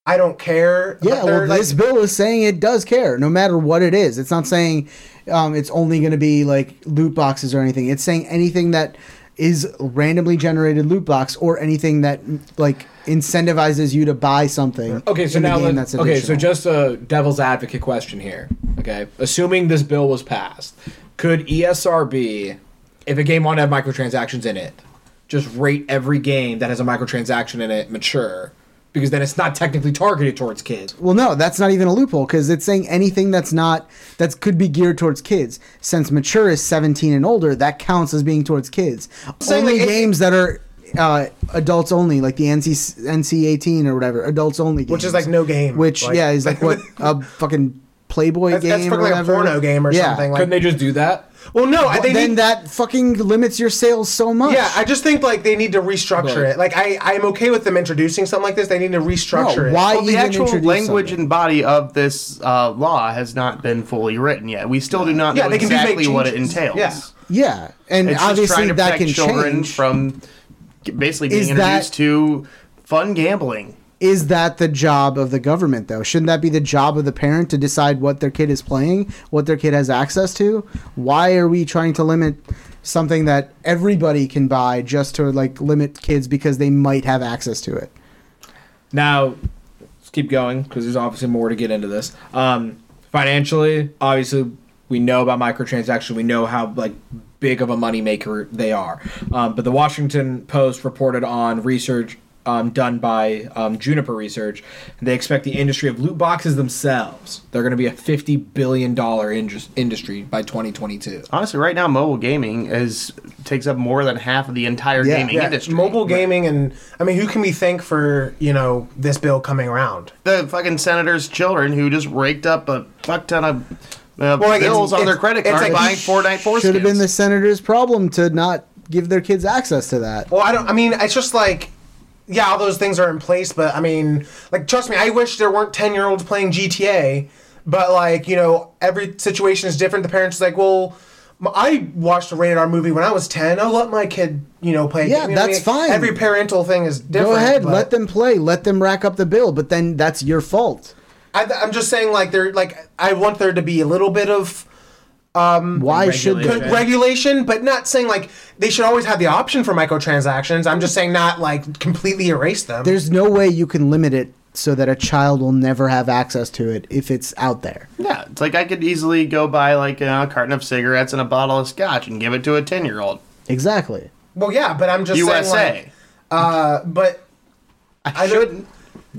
I don't care. but Yeah, they're, well, like- this bill is saying it does care, no matter what it is. It's not Mm-hmm. saying um, it's only going to be like loot boxes or anything. It's saying anything that is randomly generated loot box or anything that like incentivizes you to buy something. Okay, so in the now game let- that's okay, so additional. just a devil's advocate question here. Okay, assuming this bill was passed, could E ESRB, if a game wanted to have microtransactions in it, just rate every game that has a microtransaction in it mature, because then it's not technically targeted towards kids. well, no, that's not even a loophole because it's saying anything that's not that could be geared towards kids. Since mature is seventeen and older, that counts as being towards kids. saying, only like, it- games that are. Uh, adults only, like the NC NC eighteen or whatever. Adults only, games. which is like no game. which yeah is like what a fucking Playboy That's- game that's or fucking like a whatever. porno game or something, like- Couldn't they just do that? Well, no, I they then need, that fucking limits your sales so much. Yeah, I just think like they need to restructure it. Like I, I'm okay with them introducing something like this. They need to restructure it. why Well, the even actual introduce language something? and body of this uh, law has not been fully written yet. We still do not Yeah, know they can just make exactly what it changes. entails. Yeah. yeah, and It's just obviously trying to that protect can children change. from g- basically being Is that- introduced to fun gambling. is that the job of the government though? Shouldn't that be the job of the parent to decide what their kid is playing, what their kid has access to? Why are we trying to limit something that everybody can buy just to like limit kids because they might have access to it? Now, let's keep going because there's obviously more to get into this. Um, financially, obviously, we know about microtransactions. We know how like big of a moneymaker they are. Um, but the Washington Post reported on research um, done by um, Juniper Research. They expect the industry of loot boxes themselves. They're going to be a fifty billion dollar industry by 2022. Honestly, right now, mobile gaming is takes up more than half of the entire Yeah. gaming Yeah, industry. mobile gaming and I mean, who can we thank for you know this bill coming around? the fucking senator's children who just raked up a fuck ton of uh, Well, like, it's- bills on it's- their credit it's card like- buying Fortnite foreskins. Should have been the senator's problem to not give their kids access to that. Well, I don't. I mean, it's just like, yeah, all those things are in place, but I mean, like, trust me, I wish there weren't ten year olds playing GTA, but like, you know, every situation is different. The parents are like, well. m- I watched a rated R movie when I was ten. I'll let my kid, you know, play. a Yeah, game. You know what I that's mean? fine. Every parental thing is different. Go ahead, but- let them play, let them rack up the bill, but then that's your fault. I, I'm just saying, like, there, like, I want there to be a little bit of Why should Regulate they? good it. Mm-hmm. regulation, but not saying like they should always have the option for microtransactions. I'm just saying not like completely erase them. There's no way you can limit it so that a child will never have access to it if it's out there. Yeah, it's like I could easily go buy like you know, a carton of cigarettes and a bottle of scotch and give it to a ten year old. Exactly. well, yeah, but I'm just saying, USA. like, uh, but I, don't- shouldn't.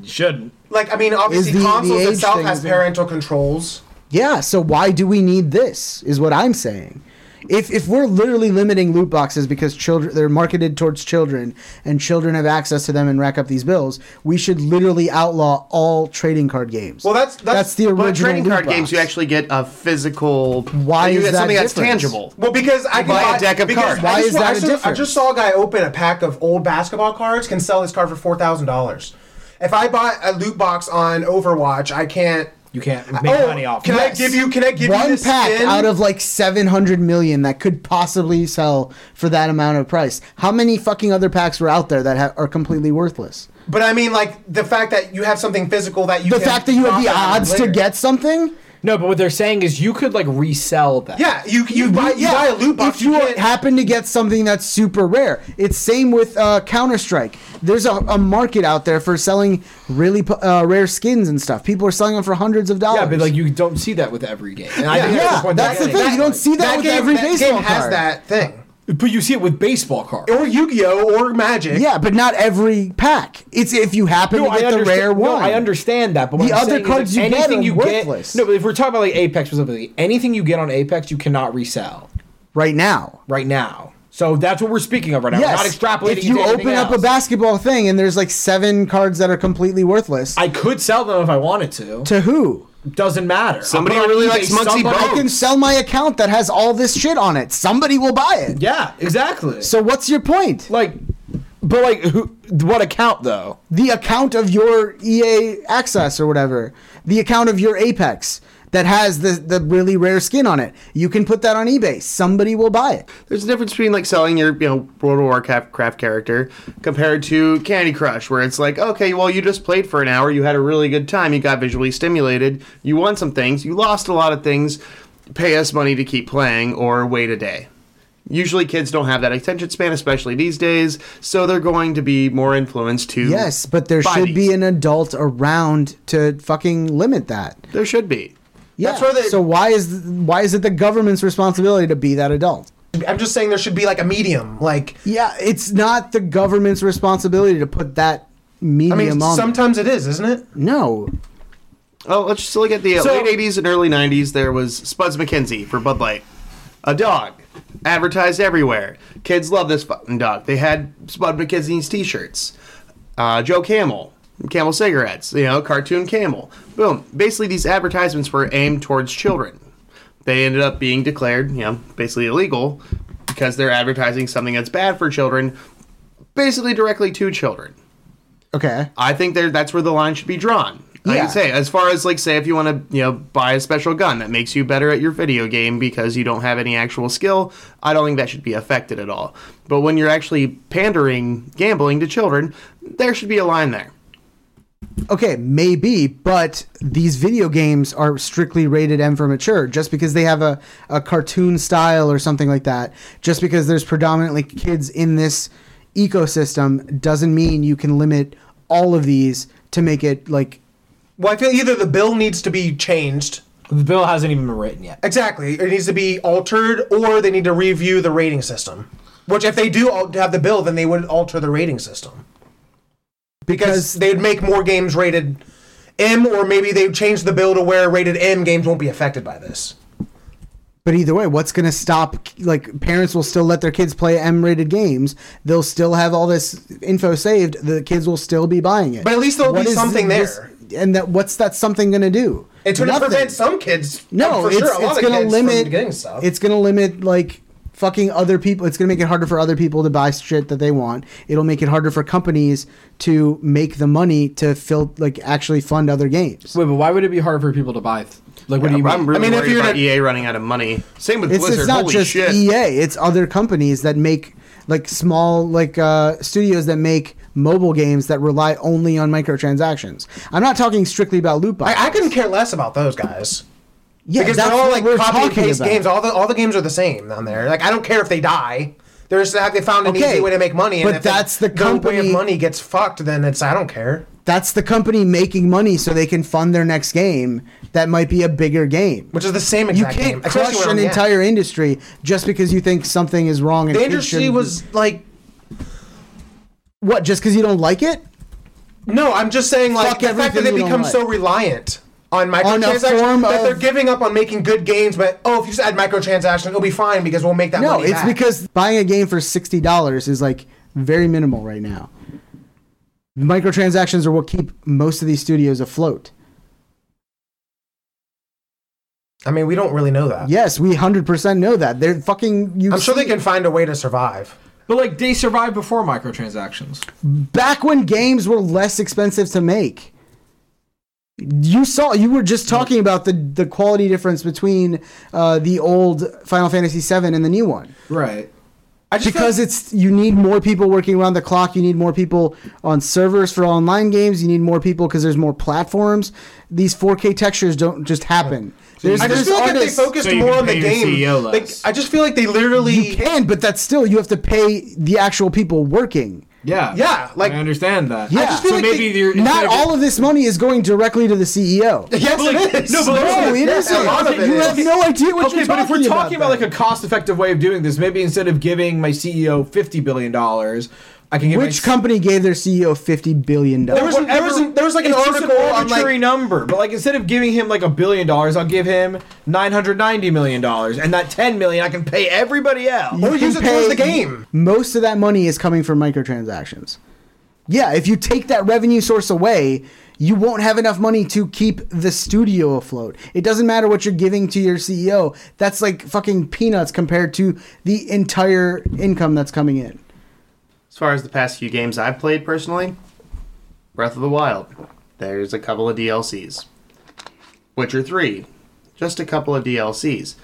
You shouldn't. like I mean, obviously the- the consoles age itself thing has is a- parental controls. Yeah, so why do we need this? Is what I'm saying. If if we're literally limiting loot boxes because children they're marketed towards children and children have access to them and rack up these bills, we should literally outlaw all trading card games. Well, that's- that's- the but original But trading loot card box. games, you actually get a physical. Why you is get that something that's different? tangible? Well, because I can buy a deck of because cards. I Why just is wa- that I a just- I difference? just saw a guy open a pack of old basketball cards. Can sell his card for four thousand dollars. If I buy a loot box on Overwatch, I can't. You can't make oh, money off. Can of I this. give you? Can I give you one this pack skin? out of like 700 million that could possibly sell for that amount of price. How many fucking other packs were out there that ha- are completely worthless? But I mean, like the fact that you have something physical that you The can fact that you have the profit on odds to later. get something? No, but what they're saying is you could like resell that. yeah, you you, buy you Yeah, buy a loot box. If you, can't- happen to get something that's super rare, it's same with uh, Counter Strike. There's a, a market out there for selling really pu- uh, rare skins and stuff. People are selling them for hundreds of dollars. Yeah, but like you don't see that with every game. And I Yeah. think Yeah, point that's they're the getting thing. You at. don't see that, with every that baseball game has card. that thing, But you see it with baseball cards. or Yu Gi Oh, or Magic. Yeah, but not every pack. It's if you happen to get the rare no, one. I understand that, but what The I'm other saying is cards that you get anything are you worthless. Get, no, but if we're talking about like Apex specifically, anything you get on Apex, you cannot resell Right now. right now. So that's what we're speaking of right now. Yes. We're not extrapolating. If you into anything open up a else. basketball thing and there's like seven cards that are completely worthless, I could sell them if I wanted to. to who? Doesn't matter. Somebody I'll put it on really eBay, likes Muggsy somebody- Bogues. I can sell my account that has all this shit on it. Somebody will buy it. Yeah, exactly. So So what's your point? like, but like, who? What account though? The account of your EA access or whatever, the account of your Apex that has the, the really rare skin on it. You can put that on eBay. Somebody will buy it. There's a difference between like selling your you know World of Warcraft craft character compared to Candy Crush, where it's like, okay, well you just played for an hour, you had a really good time, you got visually stimulated, you won some things, you lost a lot of things, pay us money to keep playing or wait a day. Usually kids don't have that attention span, especially these days, so they're going to be more influenced to Yes, but there buy should these. be an adult around to fucking limit that. there should be. Yeah. That's where they- so why is why is it the government's responsibility to be that adult? I'm just saying there should be like a medium. Like Yeah, it's not the government's responsibility to put that medium I mean, on. there. sometimes it is, isn't it? no. Oh, let's just look at the uh, So- late 80s and early 90s. There was Spuds McKenzie for Bud Light. A dog. Advertised everywhere. Kids love this fucking dog. They had Spud McKenzie's t shirts. Uh, Joe Camel. Camel cigarettes. You know, cartoon camel. Boom. Basically, these advertisements were aimed towards children. They ended up being declared, you know, basically illegal because they're advertising something that's bad for children, basically directly to children. Okay. I think there that's where the line should be drawn. Like Yeah. you say, as far as like say if you want to, you know, buy a special gun that makes you better at your video game because you don't have any actual skill, I don't think that should be affected at all. But when you're actually pandering gambling to children, there should be a line there. Okay, maybe, but these video games are strictly rated M for mature. Just because they have a, a cartoon style or something like that, just because there's predominantly kids in this ecosystem, doesn't mean you can limit all of these to make it like. Well, I feel either the bill needs to be changed. The bill hasn't even been written yet. Exactly. It needs to be altered, or they need to review the rating system. Which, if they do al- have the bill, then they would alter the rating system. Because Because- they would make more games rated M, or maybe they would change the bill to where rated M games won't be affected by this. But either way, what's going to stop? Like, parents will still let their kids play M rated games. They'll still have all this info saved. The kids will still be buying it. But at least there'll What be is something this- there. and that what's that something going to do? It's going to Nothing. prevent some kids. No, Oh, for it's, sure, a lot it's of gonna kids from limit. getting stuff. It's gonna limit like fucking other people. It's gonna make it harder for other people to buy shit that they want. It'll make it harder for companies to make the money to fill like actually fund other games. Wait, but why would it be hard for people to buy? Th- like, what do you mean? I'm really I mean, if worried you're about gonna- EA running out of money. Same with It's, Blizzard. it's not Holy just E shit! EA. It's other companies that make like small like uh, studios that make mobile games that rely only on microtransactions. I'm not talking strictly about loot boxes. I, I couldn't care less about those guys. yeah, because that's they're all what like we're copy and talking paste about. games. All the all the games are the same on there. Like I don't care if they die. They're just they found an Okay, easy way to make money. but if they- that's the their way of company- money gets fucked. Then it's I don't care. that's the company making money so they can fund their next game that might be a bigger game. Which is the same You exact can't game. especially crush when an I'm- yeah. entire industry just because you think something is wrong. And The it industry shouldn't be- was like what? Just because you don't like it no. I'm just saying like Fuck the fact that everything they you don't become so like. reliant on a microtransactions form that they're of- giving up on making good games. But oh, if you just add microtransactions, it'll be fine because we'll make that no. money It's back. because buying a game for sixty dollars is like very minimal right now. Microtransactions are what keep most of these studios afloat. I mean we don't really know that. Yes, we hundred percent know that they're fucking. You I'm sure they can find a way to survive. But like, they survived before microtransactions. back when games were less expensive to make. You saw you were just talking about the the quality difference between uh, the old Final Fantasy VII and the new one. Right. I just feel because it's you need more people working around the clock you need more people on servers for online games you need more people because there's more platforms these 4k textures don't just happen there's, I just there's feel like if artists they focused So you more can on the pay your game, CEO like less. I just feel like they you literally, can but that's still you have to pay the actual people working Yeah. Yeah, like- I understand that. yeah just feel so like maybe they- you're not all of this money is going directly to the E ceo yes, But like- it is. no, but like- no it Yeah, isn't A lot of it you is. have no idea what Okay, you're but talking if we're talking about, about like a cost-effective way of doing this, maybe instead of giving my CEO fifty billion dollars, I can give my which company gave their ceo 50 billion There was dollars an- there was an- there was, like, an it's just article on, arbitrary like- number, but like instead of giving him like a billion dollars, I'll give him nine hundred ninety million dollars, and that ten million I can pay everybody else. Or use it towards the pay- game. most of that money is coming from microtransactions. Yeah, if you take that revenue source away, you won't have enough money to keep the studio afloat. It doesn't matter what you're giving to your CEO. That's like fucking peanuts compared to the entire income that's coming in. As far as the past few games I've played personally, Breath of the Wild. There's a couple of DLCs. Witcher 3. Just a couple of DLCs.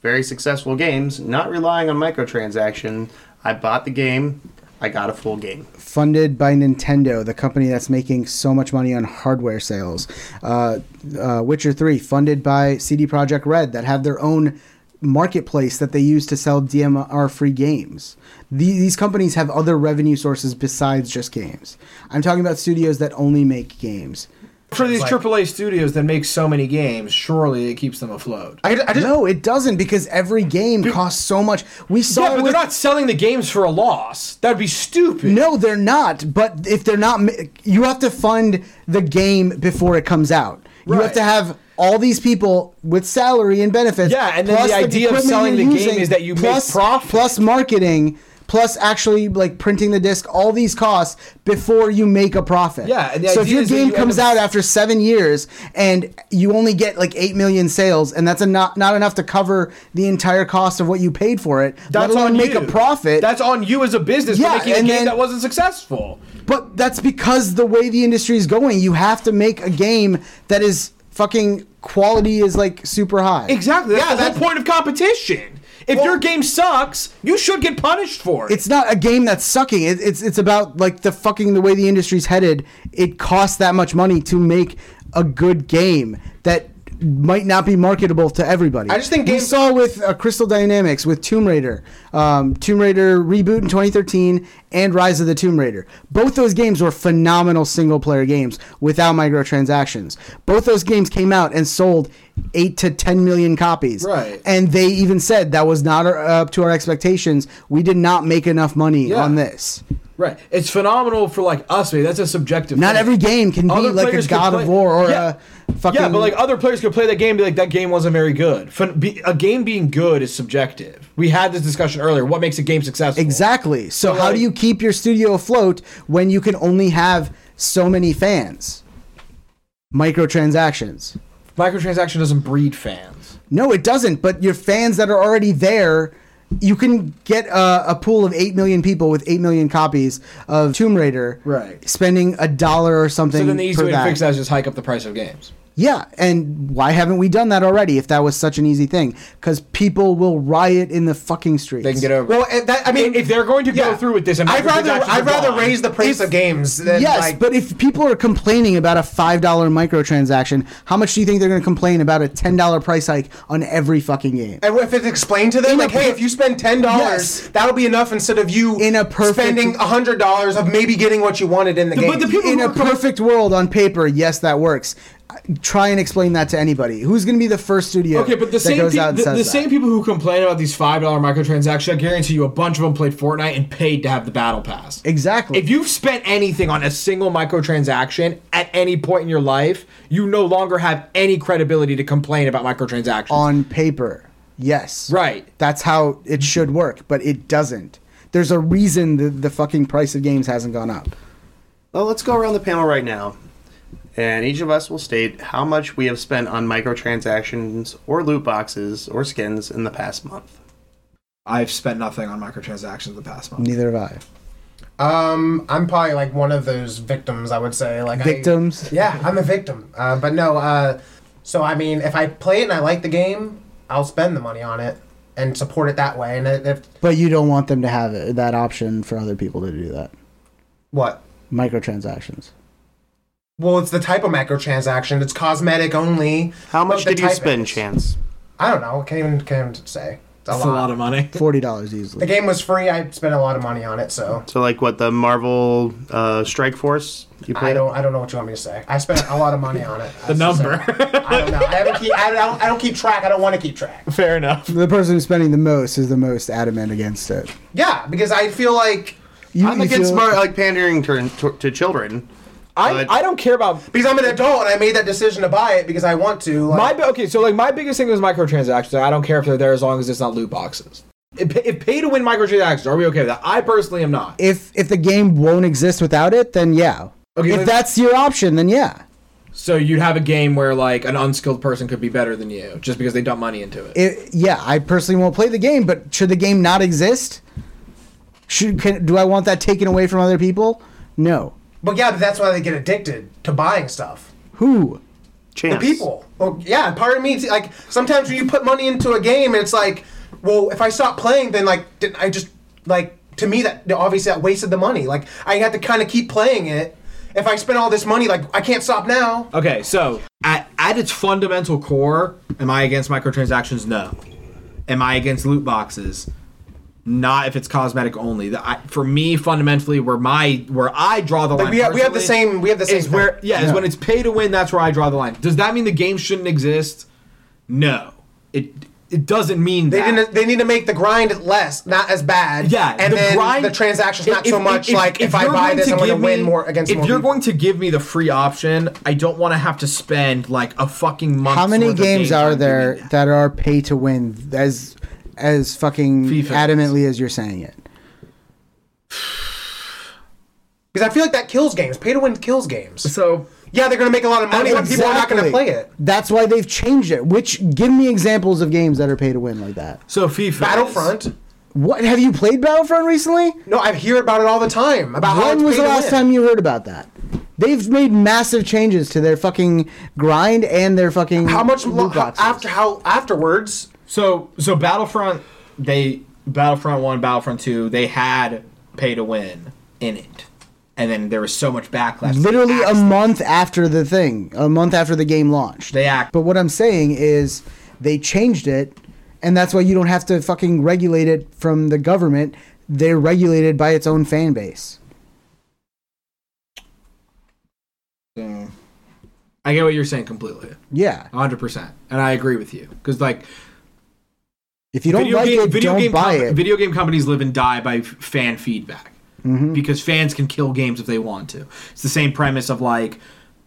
Very successful games, not relying on microtransaction. I bought the game, I got a full game. Funded by Nintendo, the company that's making so much money on hardware sales. Uh, uh, Witcher 3, funded by CD Projekt Red, that have their own marketplace that they use to sell DMR free games. The- these companies have other revenue sources besides just games. I'm talking about studios that only make games. For these Like- AAA studios that make so many games, surely it keeps them afloat. I, I just, No, it doesn't because every game costs so much. We saw yeah, it but with- they're not selling the games for a loss. That'd be stupid. No, they're not. But if they're not, ma- you have to fund the game before it comes out. You have Right. to have all these people with salary and benefits. Yeah, and then the idea of equipment selling you're the game is that you make plus- profit. plus marketing. plus actually like printing the disc, all these costs before you make a profit. Yeah, and the So if idea your is that game you end comes up- out after seven years and you only get like eight million sales, and that's a not not enough to cover the entire cost of what you paid for it, let That's alone on make you. a profit. That's on you as a business Yeah, for making a and game then- that wasn't successful. But that's because the way the industry is going, you have to make a game that is fucking quality is like super high. Exactly. That's Yeah, the that's- whole point of competition. If your game sucks, you should get punished for it. It's not a game that's sucking. It, it's it's about like the fucking the way the industry's headed. It costs that much money to make a good game that might not be marketable to everybody. I just think we games- saw with uh, Crystal Dynamics with Tomb Raider, um, Tomb Raider reboot in 2013, and Rise of the Tomb Raider. Both those games were phenomenal single player games without microtransactions. Both those games came out and sold eight to ten million copies. Right. And they even said that was not our, up to our expectations. We did not make enough money Yeah. on this. right. It's phenomenal for like us. Maybe that's a subjective. Not thing. every game can be Other like a players could God play- of War or Yeah. a fucking. yeah, but like other players could play that game, and be like that game wasn't very good. Fin- be, a game being good is subjective. We had this discussion earlier. What makes a game successful? exactly. So, So, how like- do you keep your studio afloat when you can only have so many fans? Microtransactions. Microtransaction doesn't breed fans. No, it doesn't. But your fans that are already there, you can get a, a pool of eight million people with eight million copies of Tomb Raider. Right. Spending a dollar or something. So then the easy per way to that. fix that is just hike up the price of games. Yeah, and why haven't we done that already? If that was such an easy thing, because people will riot in the fucking streets. They can get over. Well, and that, I mean, If- if they're going to go yeah. through with this, and I'd rather microtransactions are I'd rather gone- raise the price of games than Yes, like. but if people are complaining about a five dollar microtransaction, how much do you think they're going to complain about a ten dollar price hike on every fucking game? and if it's explained to them, like, a hey, per- if you spend ten dollars, Yes. that'll be enough instead of you In a perfect- spending hundred dollars of maybe getting what you wanted in the game. But the people In who a are com- perfect world, on paper, yes, that works. I- Try and explain that to anybody. Who's going to be the first studio? Okay, but the that same goes peop- out and the, says the that? same people who complain about these five dollar microtransactions, I guarantee you, a bunch of them played Fortnite and paid to have the battle pass. Exactly. If you've spent anything on a single microtransaction at any point in your life, you no longer have any credibility to complain about microtransactions. on paper. Yes. Right. That's how it should work, but it doesn't. There's a reason the, the fucking price of games hasn't gone up. Well, let's go around the panel right now, and each of us will state how much we have spent on microtransactions or loot boxes or skins in the past month. I've spent nothing on microtransactions the past month. Neither have I. um, I'm probably like one of those victims. I would say like I- Victims? yeah, I'm a victim. Uh, but no. Uh, so I mean, if I play it and I like the game, I'll spend the money on it and support it that way. And if But you don't want them to have it, that option for other people to do that. what Microtransactions. Well, it's the type of microtransaction. It's cosmetic only. How much But the did you type spend, is- Chance? I don't know. Can't even, can't even say. It's a, That's lot. a lot of money. $40 The easily. game was free. I spent a lot of money on it, so So, like, what the Marvel uh, Strike Force you I played? don't. I don't know what you want me to say. I spent a lot of money on it. The That's just number. it. I don't know. I haven't. Keep, I don't. I don't keep track. I don't want to keep track. Fair enough. The person who's spending the most is the most adamant against it. Yeah, because I feel like You, I'm you against feel- smart, like pandering to, to, to children. I, But- I don't care about because I'm an adult and I made that decision to buy it because I want to. Like, My bi- okay, so like my biggest thing was microtransactions. I don't care if they're there as long as it's not loot boxes. If, if pay to win microtransactions, are we okay with that? I personally am not. If, if the game won't exist without it, then yeah. Okay, if but- that's your option, then yeah. So you'd have a game where like an unskilled person could be better than you just because they dump money into it. it, yeah, I personally won't play the game, but should the game not exist? Should can, do I want that taken away from other people? No. but yeah, but that's why they get addicted to buying stuff. Who? Chance. The people. Well, yeah, part of me, it's like, sometimes when you put money into a game, it's like, well, if I stop playing, then, like, didn't I just, like, to me, that obviously that wasted the money. Like, I had to kind of keep playing it. If I spent all this money, like, I can't stop now. Okay, so at, at its fundamental core, am I against microtransactions? No. Am I against loot boxes? Not if it's cosmetic only. The, I, for me, fundamentally, where my where I draw the line. we have- we have the personally same- we have the same Is where yeah, is when it's pay to win. That's where I draw the line. Does that mean the game shouldn't exist? No. It it doesn't mean They that. didn't. They need to make the grind less, not as bad. Yeah, and then the transactions not if- so if- much. like if, I you're buy going this, I'm going to give me- win more against If more you're people. going to give me the free option, I don't want to have to spend like a fucking month. How many worth of games game are time there doing that. that are pay to win as as fucking FIFA. adamantly as you're saying it? because I feel like that kills games. Pay to win kills games. So Yeah, they're gonna make a lot of money, but people are not gonna play it. That's why they've changed it. Which give me examples of games that are pay to win like that. so FIFA is- Battlefront. What have you played Battlefront recently? No, I hear about it all the time. About how When it's was pay the to last win. time you heard about that? They've made massive changes to their fucking grind and their fucking How much loot lo- how, boxes. after how afterwards? So so Battlefront they Battlefront 1, Battlefront 2, they had pay to win in it. And then there was so much backlash. literally they a axed, month after the thing, a month after the game launched. they act But what I'm saying is they changed it, and that's why you don't have to fucking regulate it from the government. They're regulated by its own fan base. So, I get what you're saying completely. Yeah. 100%. And I agree with you cuz like If you don't video like game, it, video don't game buy com- it. video game companies live and die by f- fan feedback Mm-hmm. because fans can kill games if they want to. It's the same premise of like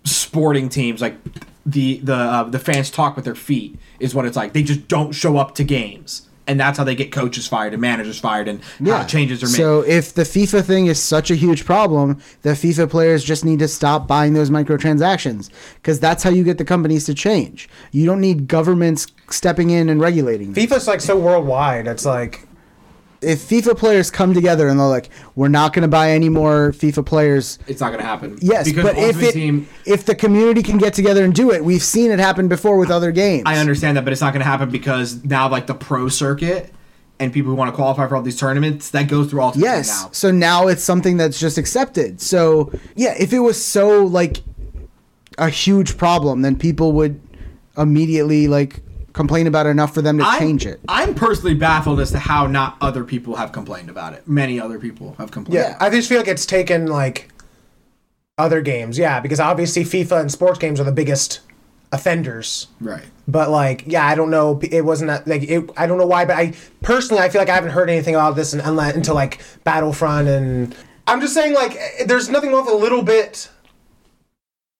sporting teams, like the the uh, the fans talk with their feet is what it's like. They just don't show up to games, and that's how they get coaches fired and managers fired and yeah. how changes are made. So if the FIFA thing is such a huge problem, the FIFA players just need to stop buying those microtransactions because that's how you get the companies to change. You don't need governments stepping in and regulating. them. FIFA's like so worldwide. It's like if FIFA players come together and they're like, we're not going to buy any more FIFA players. it's not going to happen. Yes, because but if Ultimate it, team. if the community can get together and do it, we've seen it happen before with other games. I understand that, but it's not going to happen because now, like the pro circuit and people who want to qualify for all these tournaments, that goes through all. Yes. now. So now it's something that's just accepted. So yeah, if it was so like a huge problem, then people would immediately like complain about it enough for them to I'm- change it. I'm personally baffled as to how not other people have complained about it. Many other people have complained. yeah, I just feel like it's taken like other games. Yeah, because obviously FIFA and sports games are the biggest offenders. Right. But like, yeah, I don't know. It wasn't that, like it, I don't know why, but I personally I feel like I haven't heard anything about this unless, until like Battlefront and I'm just saying like eh, there's nothing wrong with a little bit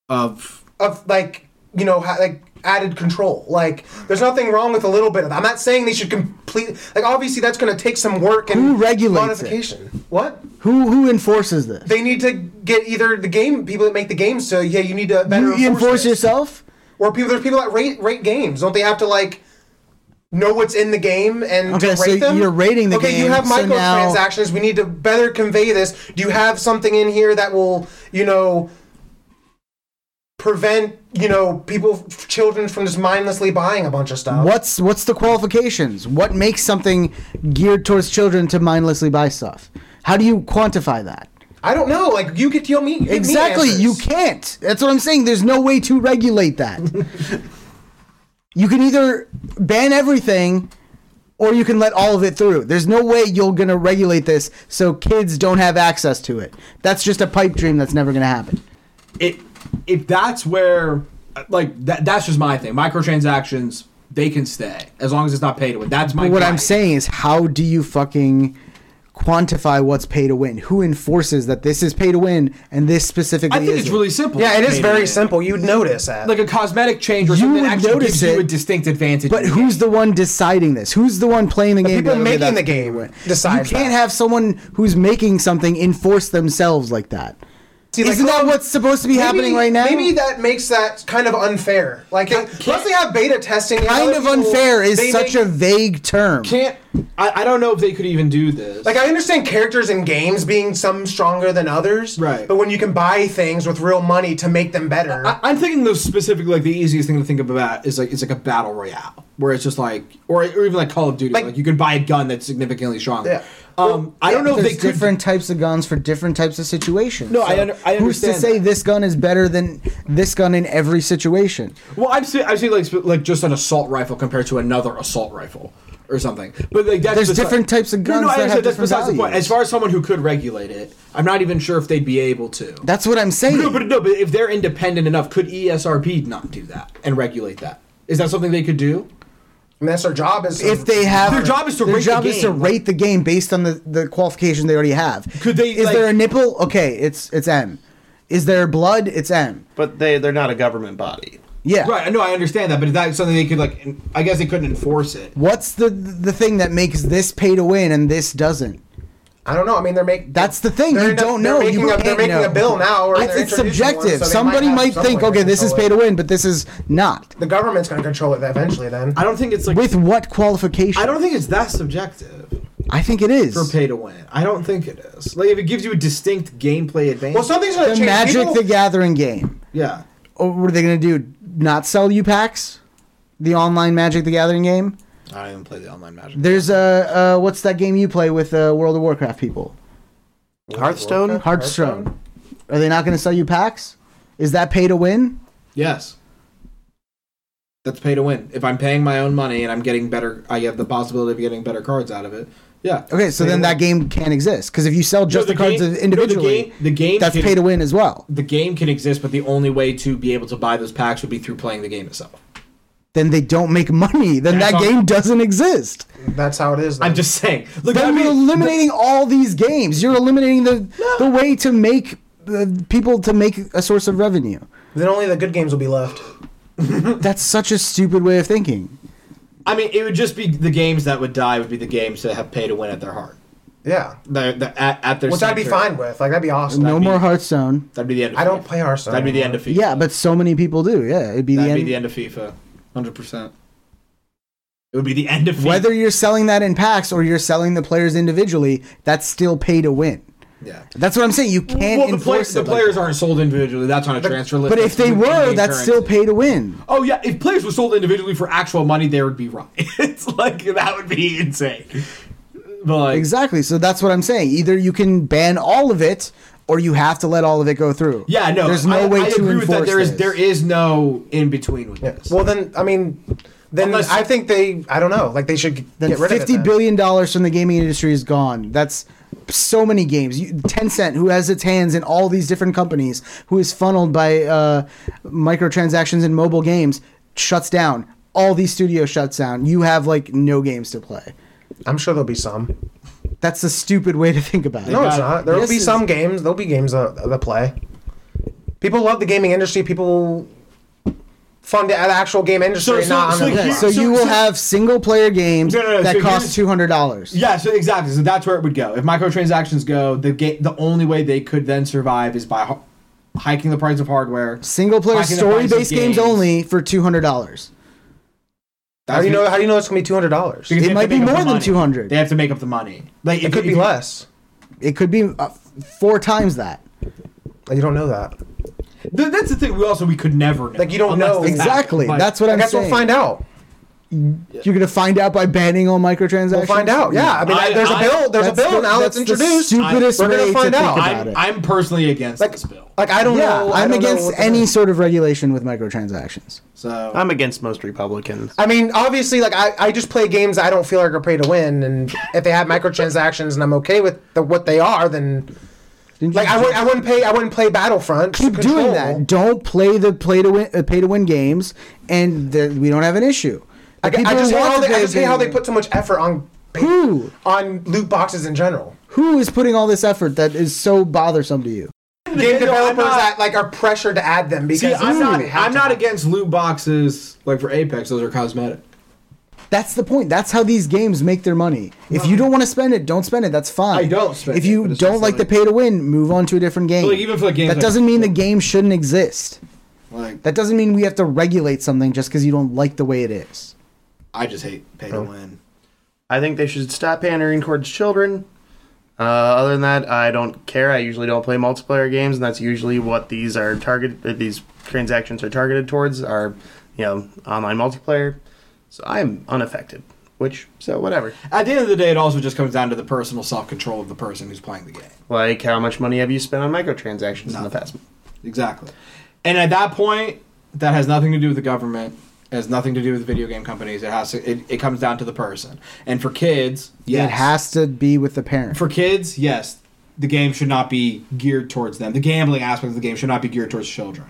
Of of like you know ha- like added control. Like there's nothing wrong with a little bit of. I'm not saying they should complete. Like obviously that's going to take some work and Who regulates it? modification. What? Who who enforces this? They need to get either the game people that make the games. So yeah, you need to better You enforce this. yourself? Or people there's people that rate rate games. Don't they have to like know what's in the game and Okay, to rate so them? you're rating the okay, game, you have so now- microtransactions. We need to better convey this. Do you have something in here that will, you know, prevent you know people children from just mindlessly buying a bunch of stuff? What's what's the qualifications? What makes something geared towards children to mindlessly buy stuff? How do you quantify that? I don't know. Like you could tell me give me Exactly, you answers. can't. That's what I'm saying. There's no way to regulate that. you can either ban everything or you can let all of it through. There's no way you're going to regulate this so kids don't have access to it. That's just a pipe dream that's never going to happen. it, if that's where, like that, that's just my thing. Microtransactions, they can stay as long as it's not paid to win. That's my. But what I'm gripe. saying is, how do you fucking quantify what's pay to win? Who enforces that this is pay to win and this specifically I think it's isn't? really simple. Yeah, it Pay is to very win. simple. You'd notice that. Like a cosmetic change or something would that actually notice gives you it, a distinct advantage. But who's the one deciding this? Who's the one playing the, game? people going, "Okay, making that's the pay to game win"? decides You can't that. have someone who's making something enforce themselves like that. See, like, not that um, what's supposed to be happening right now? Maybe that makes that kind of unfair. Like, it, plus they have beta testing. and kind other of people- unfair is they such make- a vague term. can't? I, I don't know if they could even do this. Like, I understand characters in games being some stronger than others. Right. But when you can buy things with real money to make them better. I, I'm thinking those specifically. Like the easiest thing to think about is like it's like a battle royale where it's just like, or, or even like Call of Duty, like, Like- you could buy a gun that's significantly stronger. Yeah. Um, I don't know if There's they could. different types of guns for different types of situations. No, I under- I Who's to understand say that. this gun is better than this gun in every situation? Well, I've seen I've seen like sp- like just an assault rifle compared to another assault rifle or something. But like that's There's besi- different types of guns that I have understand, that's different besides the point. values. As far as someone who could regulate it, I'm not even sure if they'd be able to. That's what I'm saying. no, but no, but if they're independent enough, could E ESRB not do that and regulate that? Is that something they could do? and that's their job is if they have Their job is to their rate the job is to game, like- rate the game based on the, the qualification they already have. Could they, Is like- there a nipple? Okay, it's it's M. Is there blood? It's M. But they they're not a government body. Yeah. Right. No, I understand that, but is that something they could like? en- I guess they couldn't enforce it. What's the the thing that makes this pay to win and this doesn't? I don't know. I mean, they're making That's the thing. They're You in a- don't they're know. making you a- they're can't making know. a bill now, or It's, they're it's introducing one, subjective. so they Somebody might have might some think, way to okay, this is control pay it. to win, but this is not. the government's going to control it eventually. Then I don't think it's like With what qualification? I don't think it's that subjective I think it is. for pay to win. I don't think it is. Like if it gives you a distinct gameplay advantage. well, something's going the to change. Magic People- the Gathering game. yeah. Oh, what are they going to do? Not sell you packs? The online Magic the Gathering game? I don't even play the online magic. There's a uh, what's that game you play with uh, World of Warcraft people? Hearthstone. Hearthstone. Are they not going to sell you packs? Is that pay to win? Yes. That's pay to win. If I'm paying my own money and I'm getting better, I have the possibility of getting better cards out of it. Yeah. Okay, so Pay to then win. that game can't exist because if you sell just No, the, cards game- no, the individually, game, the game that's can, pay to win as well. The game can exist, but the only way to be able to buy those packs would be through playing the game itself. Then they don't make money. Then That's that all- game doesn't exist. That's how it is. I'm then. just saying. Look, I Then mean, you're eliminating all these games. You're eliminating the the way to make uh, people to make a source of revenue. then only the good games will be left. That's such a stupid way of thinking. I mean, it would just be the games that would die would be the games that have pay to win at their heart. Yeah, Their, their, at, at their which I'd be center. fine with. Like that'd be awesome. No be- more Hearthstone. That'd be the end. Of I don't FIFA. play Hearthstone That'd be the end anymore. of FIFA. Yeah, but so many people do. Yeah, it'd be that'd the be end. the end of FIFA. Hundred percent. It would be the end of FIFA. Whether you're selling that in packs or you're selling the players individually, that's still pay to win. yeah. That's what I'm saying. You can't Well, the, play, enforce the it. like players aren't sold individually. That's on a transfer that. list. but if they That's were, in-game that's still currency. pay to win. Oh yeah, if players were sold individually for actual money, they would be right. it's like that would be insane. But like, Exactly. So that's what I'm saying. Either you can ban all of it, or you have to let all of it go through. yeah, no, There's no I, way I to agree enforce with that. There is this. there is no in between with this. Well, then I mean, then Unless- I think they. I don't know. Like they should g- then get rid fifty of it. then. billion dollars from the gaming industry is gone. That's so many games. You, Tencent, who has its hands in all these different companies, who is funneled by uh, microtransactions in mobile games, shuts down. All these studios shuts down. You have like no games to play. I'm sure there'll be some. That's a stupid way to think about it. No, it's gotta- not. There will this be is- some games. There'll be games that, that play. People love the gaming industry. People fund the actual game industry, So- and so- not on so the here- Yeah, so, so- you will so- have single player games No, no, no, that so cost two hundred dollars. Yeah, so exactly. So that's where it would go. If microtransactions go, the ga- the only way they could then survive is by h- hiking the price of hardware. Single player Hacking the story price based of games games. only for two hundred dollars. How do you know? How do you know it's gonna be two hundred dollars? Because It they have might to be make up more the than money. 200. They have to make up the money. Like It if- could if be you- less. It could be uh, four times that. You don't know that. Th- that's the thing. We also we could never know. Like, you don't Unless know this happens. Exactly. Like, That's what I I'm guess saying. we'll find out. You're gonna find out by banning all microtransactions. We'll find out. Yeah, I mean, I- there's a I- bill. There's a That's bill the- now that's, the introduced. stupidest We're gonna way find to out. think about I'm, it. I'm personally against Like, this bill. like I don't yeah, know. I I'm don't know against what to any do. sort of regulation with microtransactions. So I'm against most Republicans. I mean, obviously, like I, I just play games I don't feel like are pay to win, and if they have microtransactions and I'm okay with the, what they are, then Didn't like you I wouldn't, I wouldn't pay, I wouldn't play Battlefront. keep doing that. Don't play the play to win, uh, pay to win games, and the, we don't have an issue. The I, I people just who hate want to how they, I play just the hate how game- they put so much effort on Who? on loot boxes in general. Who is putting all this effort that is so bothersome to you? Game developers not- that like are pressured to add them because See, I'm it's- not. they have I'm to. not against loot boxes. Like for Apex, those are cosmetic. That's the point. That's how these games make their money. If you don't want to spend it, don't spend it. That's fine. I don't spend If it, you but it's don't just like the like- pay to win, move on to a different game. So, like, even for, like, games that like- doesn't mean the game shouldn't exist. Like That doesn't mean we have to regulate something just because you don't like the way it is. I just hate pay to win. I think they should stop pandering towards children. Uh, other than that, I don't care. I usually don't play multiplayer games, and that's usually what these are targeted. uh, These transactions are targeted towards are, you know, online multiplayer. So I'm unaffected. Which so whatever. At the end of the day, it also just comes down to the personal self control of the person who's playing the game. Like how much money have you spent on microtransactions in the Nothing. past? Exactly. And at that point, that has nothing to do with the government. It has nothing to do with video game companies. It has to. It, it comes down to the person. And for kids, yes. It has to be with the parent. for kids, yes, the game should not be geared towards them. The gambling aspect of the game should not be geared towards children.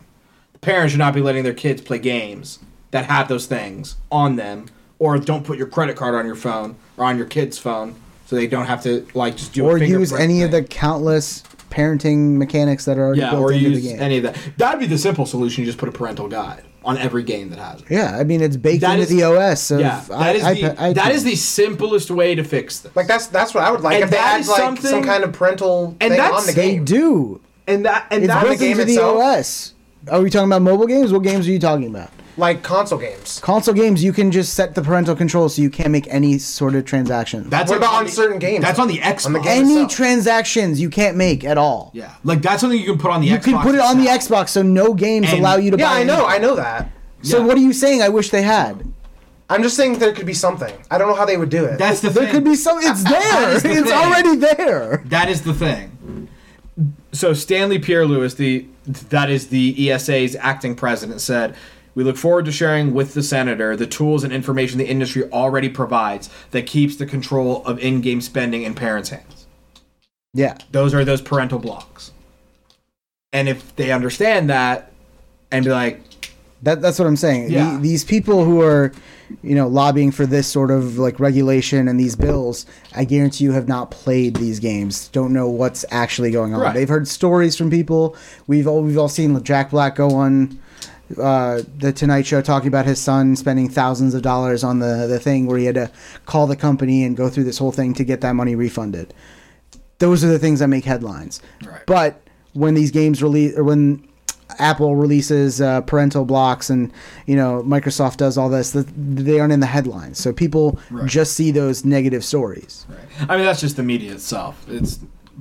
The parents should not be letting their kids play games that have those things on them, or don't put your credit card on your phone or on your kid's phone, so they don't have to like just do a or use fingerprint any of thing. the countless parenting mechanics that are already yeah, built or into use the game. any of that. That'd be the simple solution. You just put a parental guide on every game that has it. Yeah, I mean it's baked That into is- the OS. Of Yeah, I, that is the iPad- that iTunes. is the simplest way to fix this. Like that's that's what I would like And if they that had is like something- some kind of parental And thing that's- on the They game. do. and that and It's that the built game into the itself? OS. Are we talking about mobile games? What games are you talking about? like console games. Console games, you can just set the parental controls so you can't make any sort of transaction. that's What like about on the- certain games? That's on the Xbox. On the game- any itself. transactions you can't make at all. Yeah, like that's something you can put on the You Xbox. can put it on the itself. Xbox, so no games And- allow you to Yeah, buy. I know, anything. I know that. So Yeah. what are you saying? I wish they had. I'm just saying there could be something. I don't know how they would do it. That's the There thing. could be some. It's there. is it's the thing. already there. That is the thing. So Stanley Pierre Lewis, the that is the ESA's acting president, said, "We look forward to sharing with the senator the tools and information the industry already provides that keeps the control of in-game spending in parents' hands. Yeah. Those are those parental blocks. And if they understand that, and be like, That, that's what I'm saying. The- Yeah. these people who are, you know, lobbying for this sort of like regulation and these bills, I guarantee you have not played these games. Don't know what's actually going on. Right. They've heard stories from people. We've all we've all seen Jack Black go on uh, the Tonight Show talking about his son spending thousands of dollars on the the thing where he had to call the company and go through this whole thing to get that money refunded. Those are the things that make headlines. Right. But when these games release or when Apple releases uh, parental blocks and you know Microsoft does all this, th- they aren't in the headlines. So people just see those negative stories. I mean, that's just the media itself. It's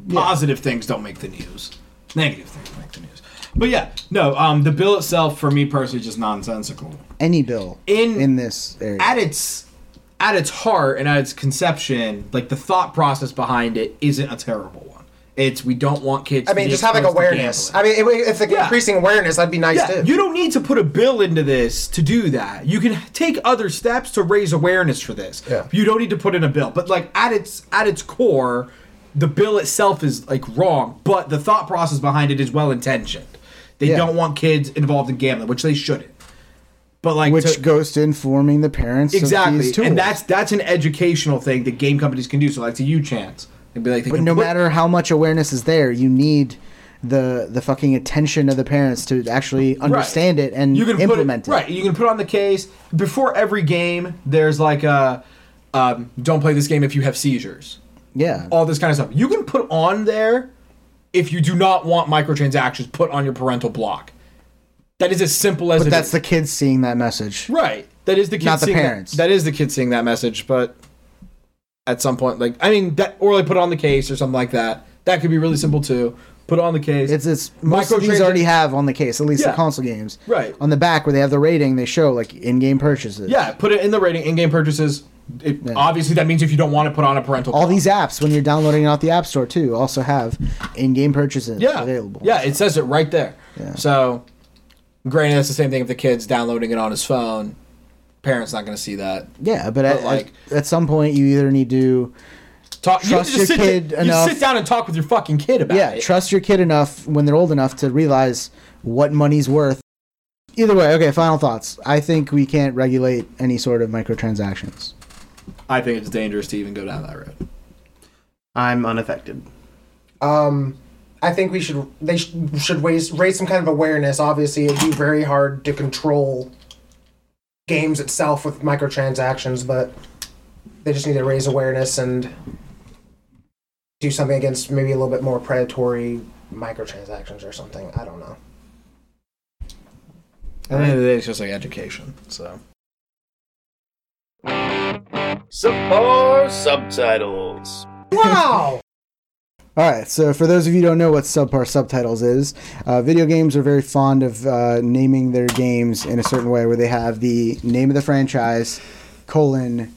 positive things don't make the news. Negative things make the news. But yeah, no. Um, the bill itself, for me personally, is just nonsensical. Any bill In- in this area. At its at its heart and at its conception, like the thought process behind it isn't a terrible one. It's we don't want kids. I to mean, be just having exposed to awareness. gambling. I mean, if if the Yeah. increasing awareness, that'd be nice yeah, too. you don't need to put a bill into this to do that. You can take other steps to raise awareness for this. Yeah. You don't need to put in a bill. But like at its at its core, the bill itself is like wrong, but the thought process behind it is well intentioned. They Yeah. don't want kids involved in gambling, which they shouldn't. But like which to- goes to informing the parents of these exactly, tools. and that's that's an educational thing that game companies can do. So like to you, chance, and be like, they but can no put- matter how much awareness is there, you need the the fucking attention of the parents to actually understand it and implement put Right, you can put on the case before every game. There's like a um, don't play this game if you have seizures. Yeah. All this kind of stuff. You can put on there if you do not want microtransactions put on your parental block. That is as simple as. but it that's is. the kids seeing that message. right. That is the kids Not the seeing that- parents. that is the kids seeing that message, but at some point, like I mean, that or like put on the case or something like that. That could be really simple too. Put on the case. It's it's most of these Microtrans- already have on the case, at least Yeah. the console games. Right. On the back where they have the rating, they show like in-game purchases. Yeah, put it in the rating. In-game purchases. It, Obviously, that means if you don't want it, put on a parental. All block. these apps, when you're downloading it off the App Store too, also have in-game purchases yeah, available. Yeah, it says it right there. Yeah. So, granted, that's the same thing if the kid's downloading it on his phone. Parents not going to see that. Yeah, but, at, like- at, at some point you either need to Talk. you Trust just your sit, kid You enough. sit down and talk with your fucking kid about yeah it. trust your kid enough when they're old enough to realize what money's worth. Either way, okay. Final thoughts. I think we can't regulate any sort of microtransactions. I think it's dangerous to even go down that road. I'm unaffected. Um, I think we should they sh- should raise raise some kind of awareness. Obviously, it'd be very hard to control games itself with microtransactions, but they just need to raise awareness and do something against maybe a little bit more predatory microtransactions or something. I don't know. At the end of the day, it's just like education. So. Subpar subtitles. Wow. All right, so for those of you who don't know what subpar subtitles is, uh, video games are very fond of uh, naming their games in a certain way where they have the name of the franchise, colon,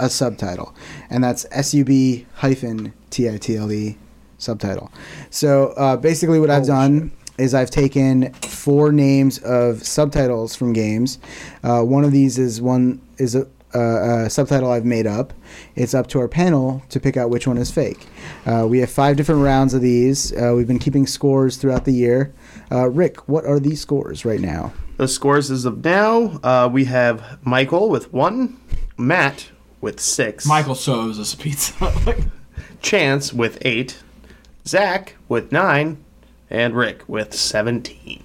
a subtitle. And that's SUB hyphen TITLE E subtitle. So uh, basically, what I've done is I've taken four names of subtitles from games. Uh, one of these is one is a, uh, a, a subtitle I've made up. It's up to our panel to pick out which one is fake. Uh, we have five different rounds of these. Uh, we've been keeping scores throughout the year. Uh, Rick, what are these scores right now? The scores as of now, uh, we have Michael with one, Matt with six, Michael So's us a pizza. Chance with eight, Zach with nine, and Rick with seventeen.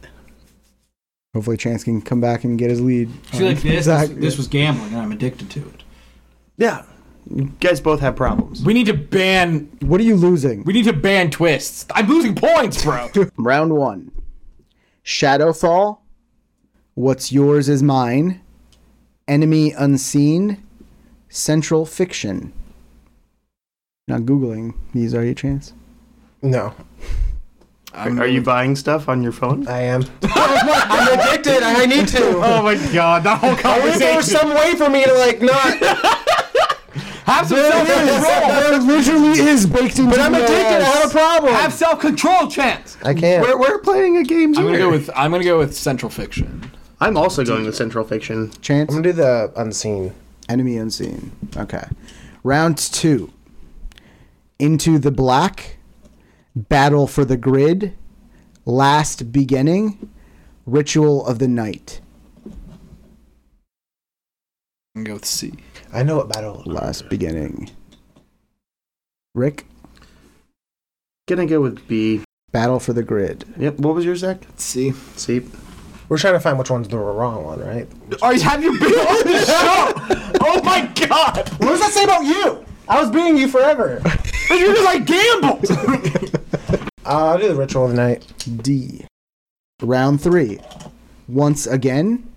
Hopefully, Chance can come back and get his lead. Um, See, like this, Exactly. this was gambling, and I'm addicted to it. Yeah. You guys both have problems. We need to ban. What are you losing? We need to ban twists. I'm losing points, bro. Round one Shadowfall. What's yours is mine. Enemy unseen. Central fiction. Not Googling these, are you, Chance? No, Are you buying stuff on your phone? I am. I'm addicted. I need to. Oh my god, that whole There's some way for me to like not. Have some self control. There literally is baked into But I'm addicted. I have a problem. Have self control, chance. I can't. We're, we're playing a game. I'm gonna go with. I'm gonna go with Central Fiction. I'm also going with Central Fiction. Chance? I'm gonna do the unseen. Enemy unseen. Okay. Round two. Into the black. Battle for the grid. Last beginning. Ritual of the night. I'm gonna go with C. I know what battle. Last beginning. Rick, Gonna go with B. battle for the grid. Yep. What was yours, Zach? C. C. We're trying to find which one's the wrong one, right? Are you have you been on the show? Oh my god! What does that say about you? I was being you forever. uh, You're just like gamble. I'll do the ritual of the night. D. Round three. Once again,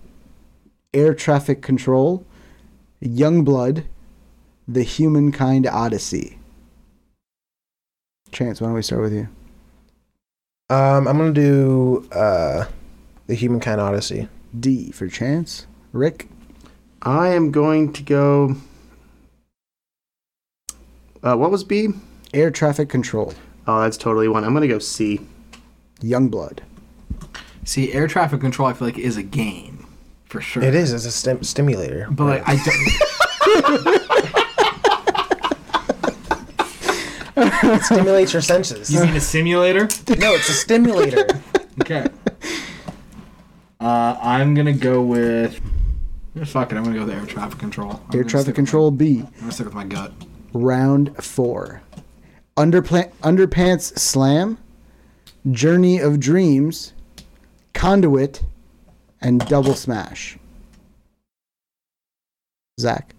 air traffic control, Youngblood, the humankind odyssey. Chance, why don't we start with you? Um, I'm gonna do uh, the humankind odyssey. D for Chance. Rick, I am going to go. Uh, what was B? air traffic control, Oh, that's totally one. I'm gonna go C. Youngblood. See, air traffic control, I feel like is a game, for sure. It is. It's a stim- stimulator. But like, I don't. It stimulates your senses. You mean a simulator? no, it's a stimulator. Okay. Uh, I'm gonna go with. Fuck it, I'm gonna go with air traffic control. I'm Air gonna traffic stick with control, B. My, I'm gonna stick with my gut. Round four. Underpla- underpants slam, journey of dreams, conduit, and double smash. Zach.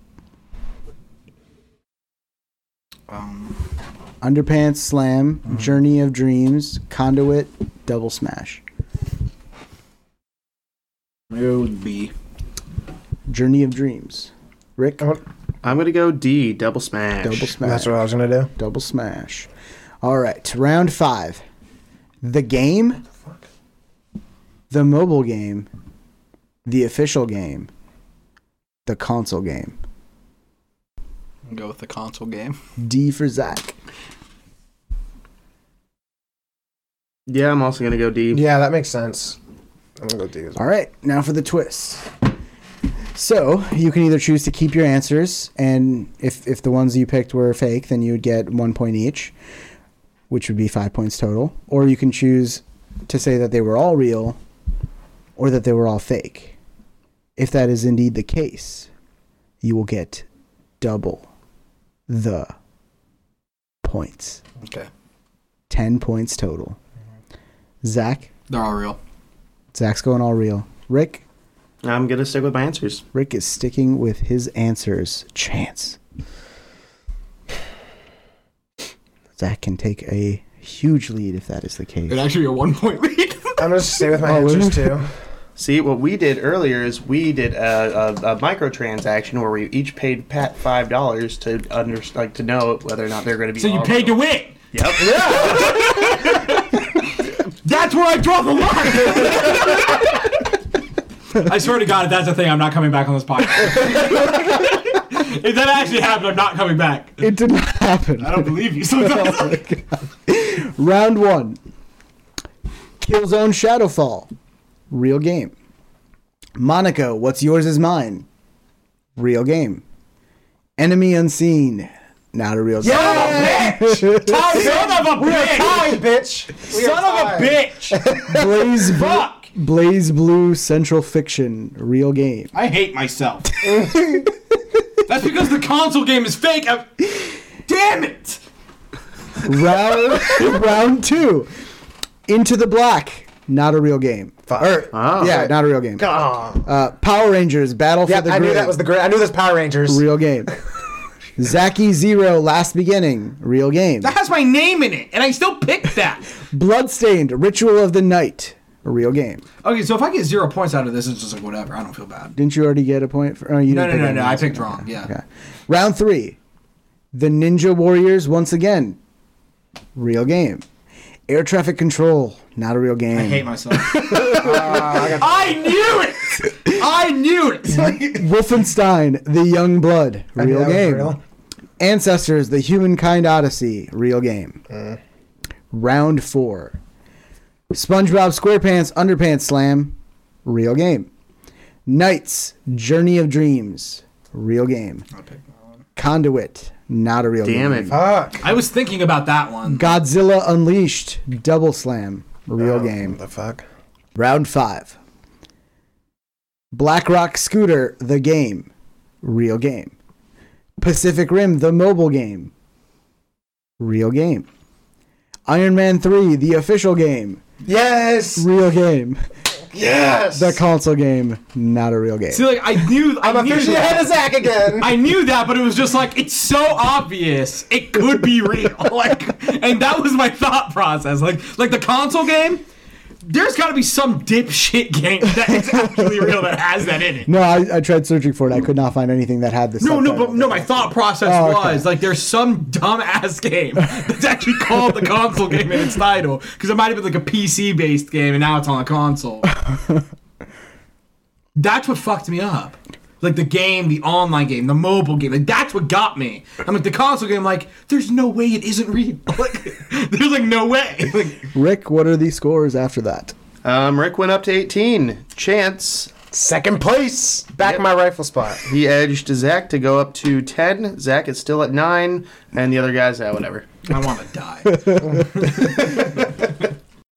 Um, Underpants slam, journey of dreams, conduit, double smash. I'm gonna go with B. Journey of dreams. Rick. I'm- I'm gonna go D. Double smash. Double smash. Oh, That's what I was gonna do. Double smash. All right, round five. The game, the mobile game, the official game, the console game. I'm gonna go with the console game. D for Zach. Yeah, I'm also gonna go D. Yeah, that makes sense. I'm gonna go do this. All right, now for the twist. So you can either choose to keep your answers, and if if the ones you picked were fake, then you would get one point each, which would be five points total. Or you can choose to say that they were all real, or that they were all fake. If that is indeed the case, you will get double the points. Okay. Ten points total. Zach, They're all real. Zach's going all real. Rick. I'm gonna stick with my answers. Rick is sticking with his answers. Chance. Zach can take a huge lead if that is the It'd case. actually be a one point lead. I'm gonna stay with my Oh, answers really? too. See, what we did earlier is we did a, a, a microtransaction where we each paid Pat five dollars to under, like to know whether or not they're going to be. so you all- paid to win. Yep. That's where I draw the line. I swear to God, if that's a thing, I'm not coming back on this podcast. if that actually happened, I'm not coming back. It did not happen. I don't believe you. Sometimes. Round one Killzone Shadowfall. Real game. Monaco, what's yours is mine. Real game. Enemy Unseen. Not a real game. Son of a bitch. Hi, bitch. We are Son of tied. a bitch. Blaze, Blue, Fuck. Blaze Blue Central Fiction. Real game. I hate myself. That's because the console game is fake. I'm- Damn it. round round two into the black Not a real game. Or, Oh. Yeah, not a real game. Ah. Uh, Power Rangers Battle Yeah, for the I Grid. knew that was the great. I knew this Power Rangers. real game. Zaki Zero Last Beginning, real game. That has my name in it, and I still picked that. Bloodstained Ritual of the Night, a real game. Okay, so if I get zero points out of this, it's just like whatever. I don't feel bad. Didn't you already get a point? For, oh, you No, didn't no, pick no, any no. I last picked one. wrong. Yeah. Okay. Round three, the Ninja Warriors once again, real game. Air Traffic Control, not a real game. I hate myself. Uh, I knew it. I knew Mm-hmm. it. Wolfenstein: The Young Blood, I knew real that was game. real. Ancestors: The Humankind Odyssey, real game. Mm. Round four. SpongeBob SquarePants Underpants Slam, real game. Knights: Journey of Dreams, real game. Conduit, not a real Damn game. it. Fuck. I was thinking about that one. Godzilla Unleashed Double Slam, real Oh. game. the fuck? Round five. BlackRock Scooter, the game. Real game. Pacific Rim, the mobile game. Real game. Iron Man 3, the official game. Yes. Real game. Yes. The console game, not a real game. See, like I knew, I I'm knew officially that. ahead of Zach again. I knew that, but it was just like it's so obvious it could be real. Like, and that was my thought process. Like, like the console game. There's got to be some dipshit game that is actually real that has that in it. No, I, I tried searching for it. I could not find anything that had this. No, no, subtitle. but no. My thought process Oh, okay. was like, there's some dumb ass game that's actually called the console game in its title because it might have been like a PC based game and now it's on a console. that's what fucked me up. Like the game, the online game, the mobile game. Like that's what got me. I'm like the console game. Like there's no way it isn't real. Like there's like no way. Like Rick, what are the scores after that? Um, Rick went up to 18. Chance, Second place. Back in my rifle spot. he edged Zach to go up to 10. Zach is still at 9. And the other guy's at whatever. I want to die.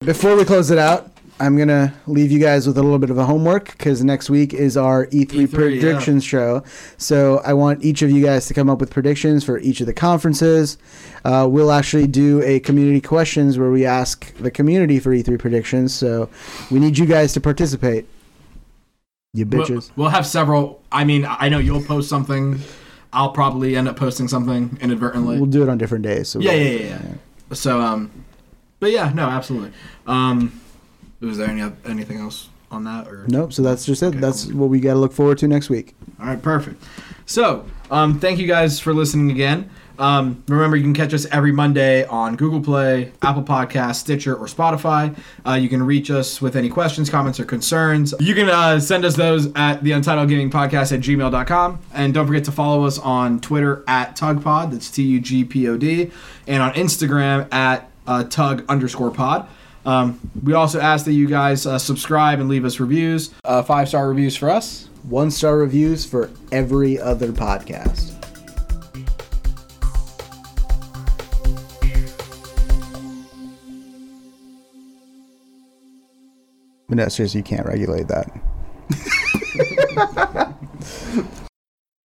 Before we close it out, I'm going to leave you guys with a little bit of a homework because next week is our E3, E3, predictions show. So I want each of you guys to come up with predictions for each of the conferences. Uh, we'll actually do a community questions where we ask the community for E3 predictions. So we need you guys to participate. You We'll, bitches. we'll have several. I mean, I know you'll post something. I'll probably end up posting something inadvertently. We'll, do it on different days. So Yeah, yeah, yeah, yeah. So, um, but yeah, no, absolutely. Um, was there any anything else on that? Or Nope. So that's just it. that's what we got to look forward to next week. all right, perfect. So, um, thank you guys for listening again. Um, remember, you can catch us every Monday on Google Play, Apple Podcasts, Stitcher, or Spotify. Uh, you can reach us with any questions, comments, or concerns. You can uh, send us those at the Untitled Gaming Podcast at gmail.com. And don't forget to follow us on Twitter at TugPod, that's T U G P O D, and on Instagram at uh, Tug underscore pod. Um, we also ask that you guys uh, subscribe and leave us reviews, uh, five star reviews for us. One star reviews for every other podcast. But no, seriously, you can't regulate that.